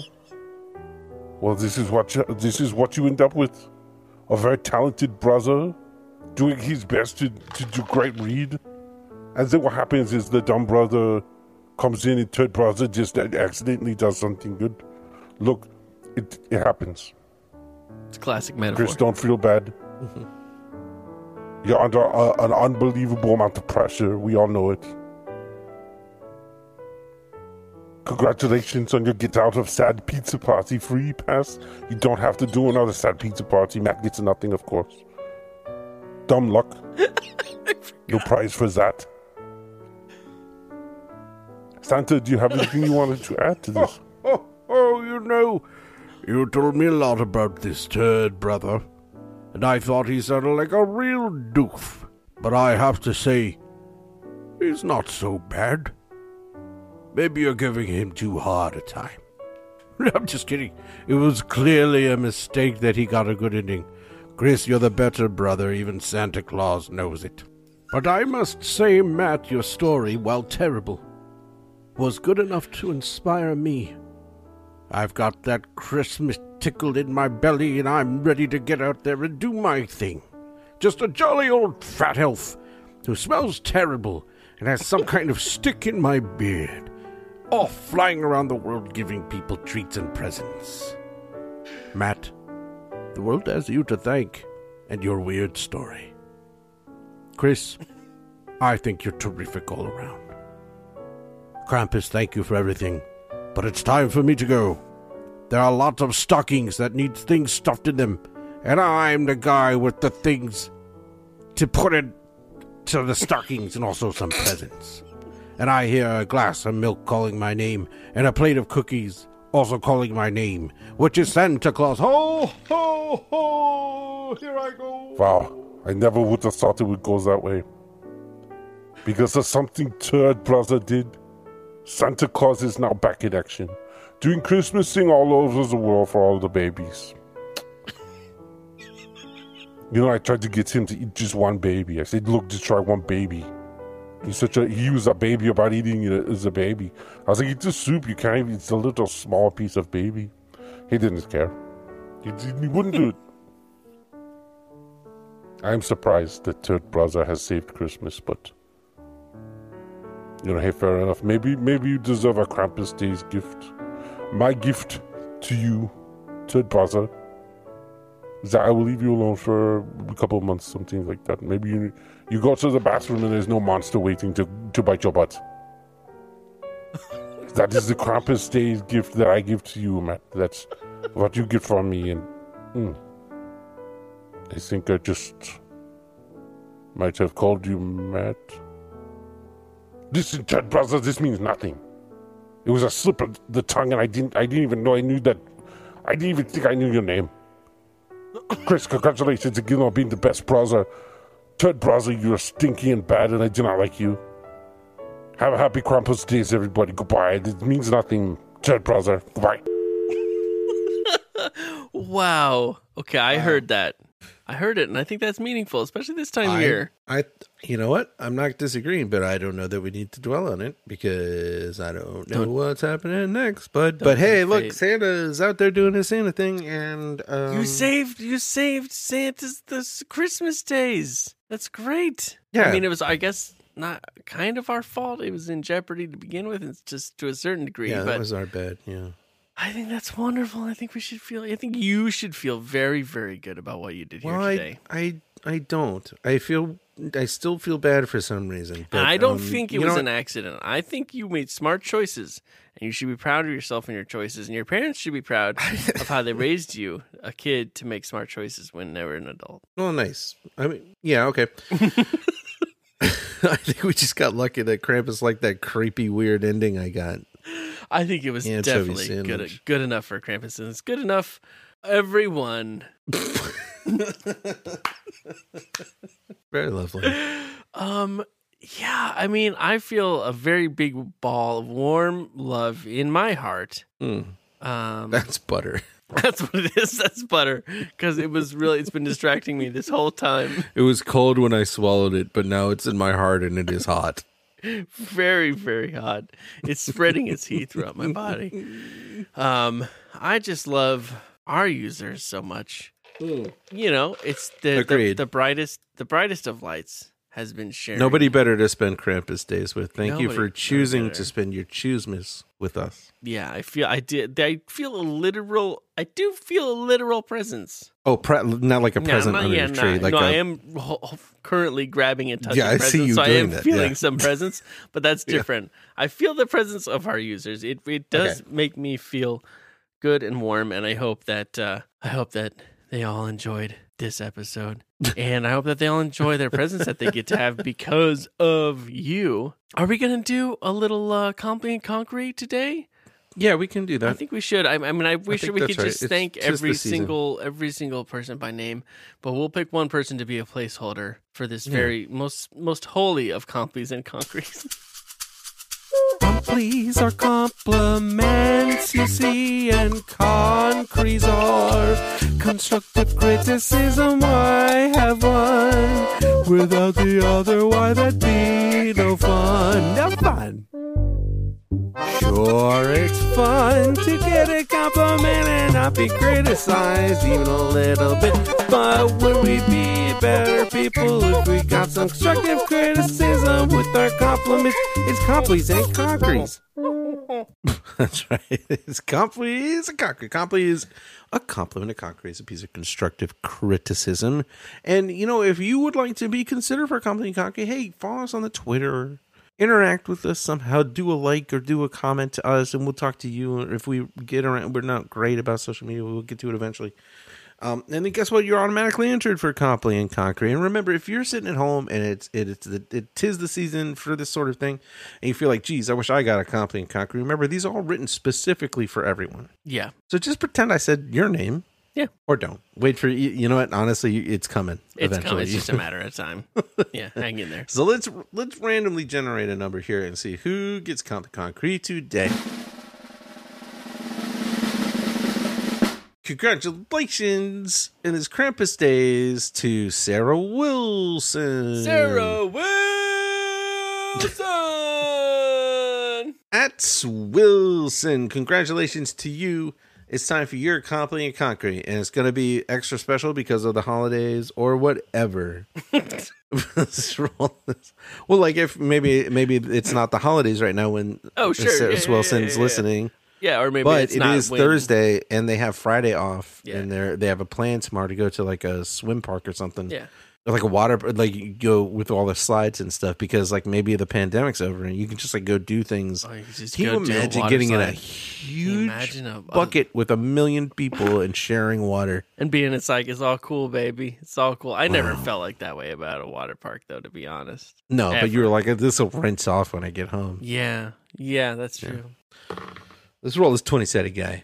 D: well, this is what you, this is what you end up with: a very talented brother doing his best to, to do great read. And then what happens is the dumb brother comes in and third brother just accidentally does something good. Look, it, it happens.
C: It's a classic metaphor.
D: Chris, don't feel bad. You're under uh, an unbelievable amount of pressure. We all know it. Congratulations on your get out of sad pizza party free pass. You don't have to do another sad pizza party. Matt gets nothing, of course. Dumb luck. no prize for that. Santa, do you have anything you wanted to add to this?
E: Oh, oh, you know, you told me a lot about this turd brother, and I thought he sounded like a real doof. But I have to say, he's not so bad. Maybe you're giving him too hard a time. I'm just kidding. It was clearly a mistake that he got a good ending. Chris, you're the better brother. Even Santa Claus knows it. But I must say, Matt, your story, while terrible, was good enough to inspire me. I've got that Christmas tickled in my belly, and I'm ready to get out there and do my thing. Just a jolly old fat elf who smells terrible and has some kind of stick in my beard. Off flying around the world giving people treats and presents. Matt, the world has you to thank and your weird story. Chris, I think you're terrific all around. Krampus, thank you for everything, but it's time for me to go. There are lots of stockings that need things stuffed in them, and I'm the guy with the things to put in to the stockings and also some presents. And I hear a glass of milk calling my name, and a plate of cookies also calling my name, which is Santa Claus. Ho, ho, ho! Here I go.
D: Wow, I never would have thought it would go that way. Because of something Turd Brother did, Santa Claus is now back in action, doing Christmas thing all over the world for all the babies. You know, I tried to get him to eat just one baby. I said, "Look, just try one baby." He's such a he was a baby about eating it as a baby. I was like, "It's just soup. You can't. Even, it's a little small piece of baby." He didn't care. He, didn't- he wouldn't do it. I'm surprised that Third Brother has saved Christmas, but you know, hey, fair enough. Maybe maybe you deserve a Krampus Day's gift. My gift to you, Third Brother, is that I will leave you alone for a couple of months, something like that. Maybe you you go to the bathroom and there's no monster waiting to, to bite your butt. that is the Krampus Day's gift that I give to you, Matt. That's what you get from me, and mm, I think I just might have called you Matt. Listen, Ted Brother, this means nothing. It was a slip of the tongue, and I didn't. I didn't even know I knew that. I didn't even think I knew your name. Chris, congratulations again on being the best browser. Ted Browser, you're stinky and bad, and I do not like you. Have a happy Krampus days, everybody. Goodbye. It means nothing, Ted Browser. Goodbye.
I: Wow. Okay, I heard that. I heard it, and I think that's meaningful, especially this time of year.
B: I, I, you know what? I'm not disagreeing, but I don't know that we need to dwell on it because I don't know what's happening next. But but hey, look,
I: fate.
B: Santa is out there doing his Santa thing, and um,
C: You saved you saved Santa's this Christmas days. That's great.
B: Yeah.
C: I mean, it was I guess not kind of our fault. It was in jeopardy to begin with, and just to a certain degree.
B: yeah, that
C: but
B: was our bad. Yeah,
C: I think that's wonderful. I think we should feel. I think you should feel very very good about what you did here
B: well, I,
C: today.
B: I I don't. I feel I still feel bad for some reason. But,
C: I don't
B: um,
C: think it
B: you know
C: was
B: what?
C: an accident. I think you made smart choices, and you should be proud of yourself and your choices, and your parents should be proud of how they raised you, a kid, to make smart choices when they were an adult.
B: Well, Oh, nice. I mean, yeah, okay. I think we just got lucky that Krampus liked that creepy, weird ending I got.
C: I think it was
B: Anchovy
C: definitely good,
B: sandwich.
C: good enough for Krampus, and it's good enough. Everyone,
B: Very lovely.
C: um, yeah, I mean, I feel a very big ball of warm love in my heart.
B: Mm,
C: Um,
B: that's butter.
C: that's what it is. That's butter because it was really it's been distracting me this whole time.
B: It was cold when I swallowed it, but now it's in my heart and it is hot.
C: very very hot it's spreading its heat throughout my body um i just love our users so much you know it's the, the
B: Hmm. Agreed.
C: the brightest the brightest of lights has been sharing.
B: Nobody better to spend Krampus days with. Thank you
C: Nobody-
B: for
C: nobody
B: choosing
C: better.
B: to spend your Choosmas with us.
C: Yeah, I feel I did. I feel a literal. I do feel a literal presence.
B: Oh, pre- not like a
C: No,
B: present
C: not
B: under
C: yet,
B: the tree.
C: not-
B: like
C: no, I
B: a-
C: am ho- ho- currently grabbing and touching
B: Yeah, I see
C: presents,
B: you
C: so I
B: doing
C: am
B: that,
C: feeling
B: yeah.
C: some presence, but that's
B: Yeah.
C: different. I feel the presence of our users. It it does make me feel good and warm, and I hope that uh, I hope that they all enjoyed this episode, and I hope that they all enjoy their presents that they get to have because of you. Are we gonna do a little uh, compliment concrete today?
B: Yeah, we can do that.
C: I think we should. I, I mean, I wish
B: think
C: we
B: that's
C: could
B: right.
C: just
B: It's
C: thank
B: just
C: every
B: the season.
C: single every single person by name, but we'll pick one person to be a placeholder for this
B: Yeah.
C: very most most holy of complies and concretes.
B: Please are compliments, you see, and concretes are constructive criticism. I have one. Without the other, why that'd be no fun. No fun. Sure, it's fun to get a compliment and not be criticized even a little bit. But would we be better people if we got some constructive criticism with our compliments? It's complies and concretes. That's right. It's complies and concrete. Complies, a compliment, a concrete is a piece of constructive criticism. And, you know, if you would like to be considered for a compliment and concrete, hey, follow us on the Twitter interact with us somehow do a like or do a comment to us and we'll talk to you if we get around we're not great about social media we'll get to it eventually um, and then guess what you're automatically entered for Copley and Concrete and remember if you're sitting at home and it's it, it's the it tis the season for this sort of thing and you feel like geez I wish I got a Copley and Concrete remember these are all written specifically for everyone
C: yeah,
B: so just pretend I said your name
C: Yeah.
B: or don't wait for you you know what honestly it's coming
C: it's
B: eventually
C: coming. It's just a matter of time. Yeah, hang in there.
B: so let's let's randomly generate a number here and see who gets comp- concrete today. Congratulations in his Krampus days to Sarah Wilson.
C: Sarah Wilson.
B: At Wilson, congratulations to you. It's time for your Company and Concrete, and it's going to be extra special because of the holidays or whatever. Let's roll this. well, like if maybe maybe it's not the holidays right now when
C: Oh, sure.
B: Sarah
C: Yeah, yeah, yeah,
B: Wilson's
C: yeah, yeah.
B: listening,
C: yeah, or maybe
B: but
C: it's
B: it
C: not
B: is
C: when-
B: Thursday and they have Friday off,
C: Yeah.
B: and they they have a plan tomorrow to go to like a swim park or something.
C: Yeah.
B: Or like a water like you go with all the slides and stuff because like maybe the pandemic's over and you can just like go do things
C: Oh, you could just
B: can you
C: go do a
B: imagine
C: water
B: getting in a
C: slide.
B: huge
C: Imagine a-
B: bucket with a million people and sharing water?
C: and being it's like it's all cool, baby. It's all cool. I never felt like that way about a water park, though. To be honest.
B: No, but you
C: Ever.
B: were like, this will rinse off when I get home.
C: Yeah, yeah, that's true.
B: Let's roll this 20 sided guy.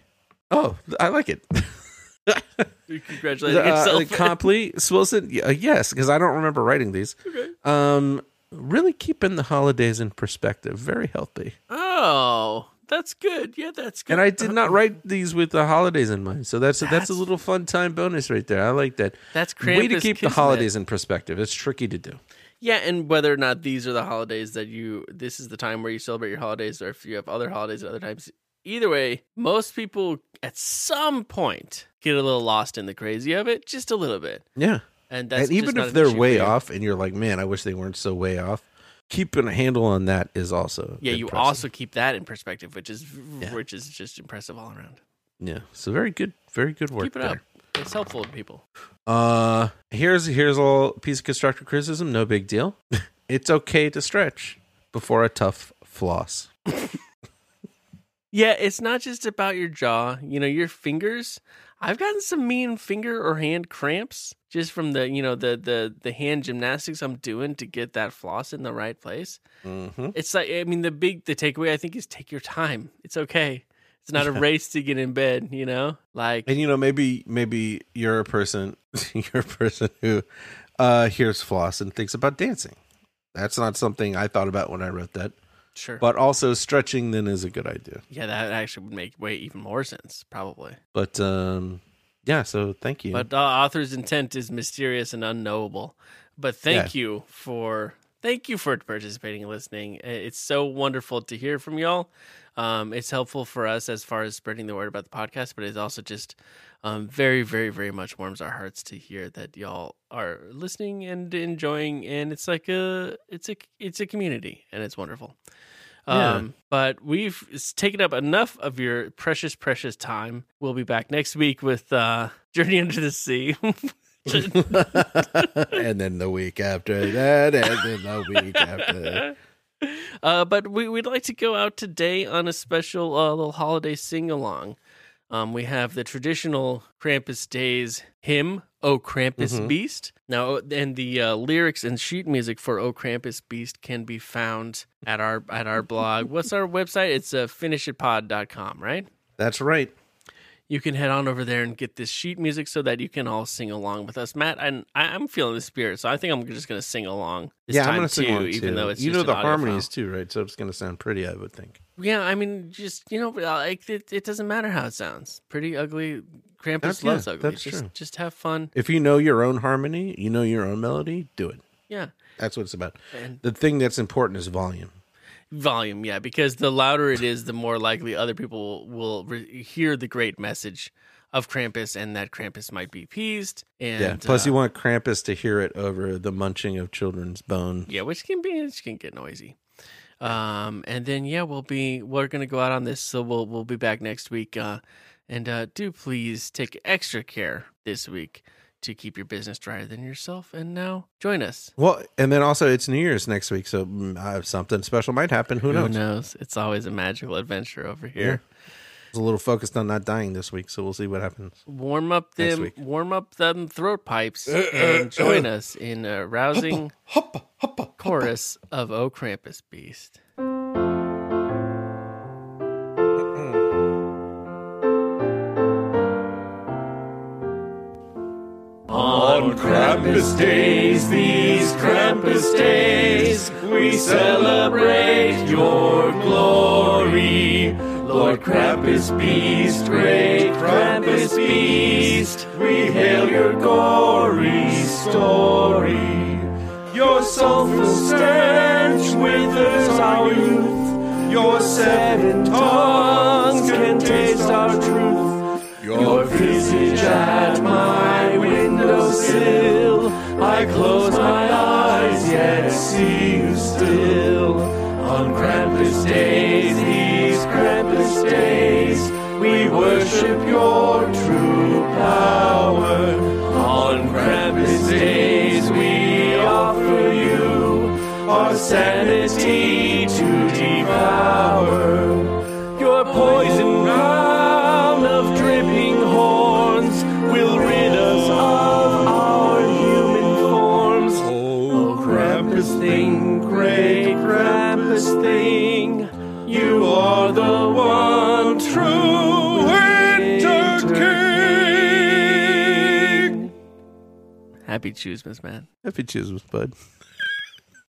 B: Oh, I like it.
C: Dude, Congratulating
B: uh,
C: yourself.
B: Copley, Swilson, y- uh, yes, because I don't remember writing these. Okay. Um, really keeping the holidays in perspective. Very healthy.
C: oh, that's good. Yeah, that's good.
B: And I did not write these with the holidays in mind. So that's, that's, a
C: That's-
B: little fun time bonus right there. I like that.
C: That's
B: Way to
C: Krampus
B: keep the
C: kismet.
B: holidays in perspective. It's tricky to do.
C: Yeah, and whether or not these are the holidays that you, this is the time where you celebrate your holidays, or if you have other holidays at other times. Either way, most people at some point get a little lost in the crazy of it, just a little bit.
B: Yeah.
C: And that's
B: and even
C: just not
B: if
C: an
B: they're
C: issue for
B: way
C: you.
B: off and you're like, man, I wish they weren't so way off, keeping a handle on that is also.
C: yeah, you
B: impressive.
C: also keep that in perspective, which is
B: Yeah.
C: which is just impressive all around.
B: Yeah. So very good, very good work
C: keep it
B: there.
C: up; it's helpful to people.
B: Uh, here's here's a little piece of constructive criticism. No big deal. it's okay to stretch before a tough floss.
C: Yeah, it's not just about your jaw. You know, your fingers. I've gotten some mean finger or hand cramps just from the you know the the the hand gymnastics I'm doing to get that floss in the right place.
B: Mm-hmm.
C: It's like I mean the big the takeaway I think is take your time. It's okay. It's not a race to get in bed. You know, like
B: And you know, maybe maybe you're a person you're a person who uh hears floss and thinks about dancing. That's not something I thought about when I wrote that.
C: sure,
B: But also stretching then is a good idea.
C: yeah, that actually would make way even more sense probably.
B: But um yeah, so thank you.
C: But the author's intent is mysterious and unknowable. But thank you for thank you for participating and listening. Uh, It's so wonderful to hear from y'all. Um, it's helpful for us as far as spreading the word about the podcast, but it's also just um, very, very, very much warms our hearts to hear that y'all are listening and enjoying. And it's like a, it's a, it's a community, and it's wonderful.
B: Yeah.
C: Um, but we've s- taken up enough of your precious, precious time. We'll be back next week with uh, Journey Under the Sea.
B: and then the week after that, and then the week after.
C: Uh, but we, we'd like to go out today on a special uh, little holiday sing along. Um, we have the traditional Krampus Days hymn, O Krampus
B: Mm-hmm.
I: Mhm.
C: Beast. Now, and the uh, lyrics and sheet music for O Krampus Beast can be found at our at our blog. What's our website? It's uh, finishitpod.com, right?
B: That's right.
C: You can head on over there and get this sheet music so that you can all sing along with us. Matt, and I, I'm feeling the spirit, so I think I'm just going to sing along. This
B: yeah,
C: time
B: I'm gonna sing one too.
C: even though it's
B: you
C: just
B: know
C: an
B: the
C: audio file.
B: harmonies too, right? So it's gonna sound pretty, I would think.
C: Yeah, I mean, just you know, uh, like it, it doesn't matter how it sounds. Pretty ugly. Krampus
B: That's-
C: loves
B: yeah,
C: ugly.
B: that's
C: just,
B: true.
C: just have fun.
B: If you know your own harmony, you know your own melody. Do it.
C: Yeah,
B: That's what it's about.
C: And-
B: the thing that's important is volume.
C: volume. Yeah, because the louder it is, the more likely other people will re- hear the great message of Krampus, and that Krampus might be appeased. And
B: yeah. Plus,
C: uh,
B: you want Krampus to hear it over the munching of children's bone.
C: yeah, which can be which can get noisy. Um, and then yeah, we'll be we're gonna go out on this, so we'll we'll be back next week. Uh, and uh, do please take extra care this week to keep your business drier than yourself. And now join us.
B: Well, and then also it's New Year's next week, so mm, uh, something special might happen. Who knows?
C: It's always a magical adventure over here.
B: I was a little focused on not dying this week, so we'll see what happens.
C: Warm up
B: Next
C: them,
B: week. Uh,
C: warm up them throat pipes, and join us in a rousing chorus of O Krampus Beast.
F: On Krampus days, these Krampus days, we celebrate your glory. Lord Krampus Beast, great Krampus Beast, we hail your gory story. Your soulful stench withers our youth, your seven tongues can taste our truth. Your visage at my windowsill. I close my eyes, yet see you still. On Krampus days, these Krampus days, we worship your true power. On Krampus days, we offer you our sanity to devour. Your poison round of dripping horns will rid us of our human forms. Oh, Krampus thing, great Krampus thing, you are the one true winter king.
C: Happy Choose, Miss Man.
B: Happy Chismas, bud.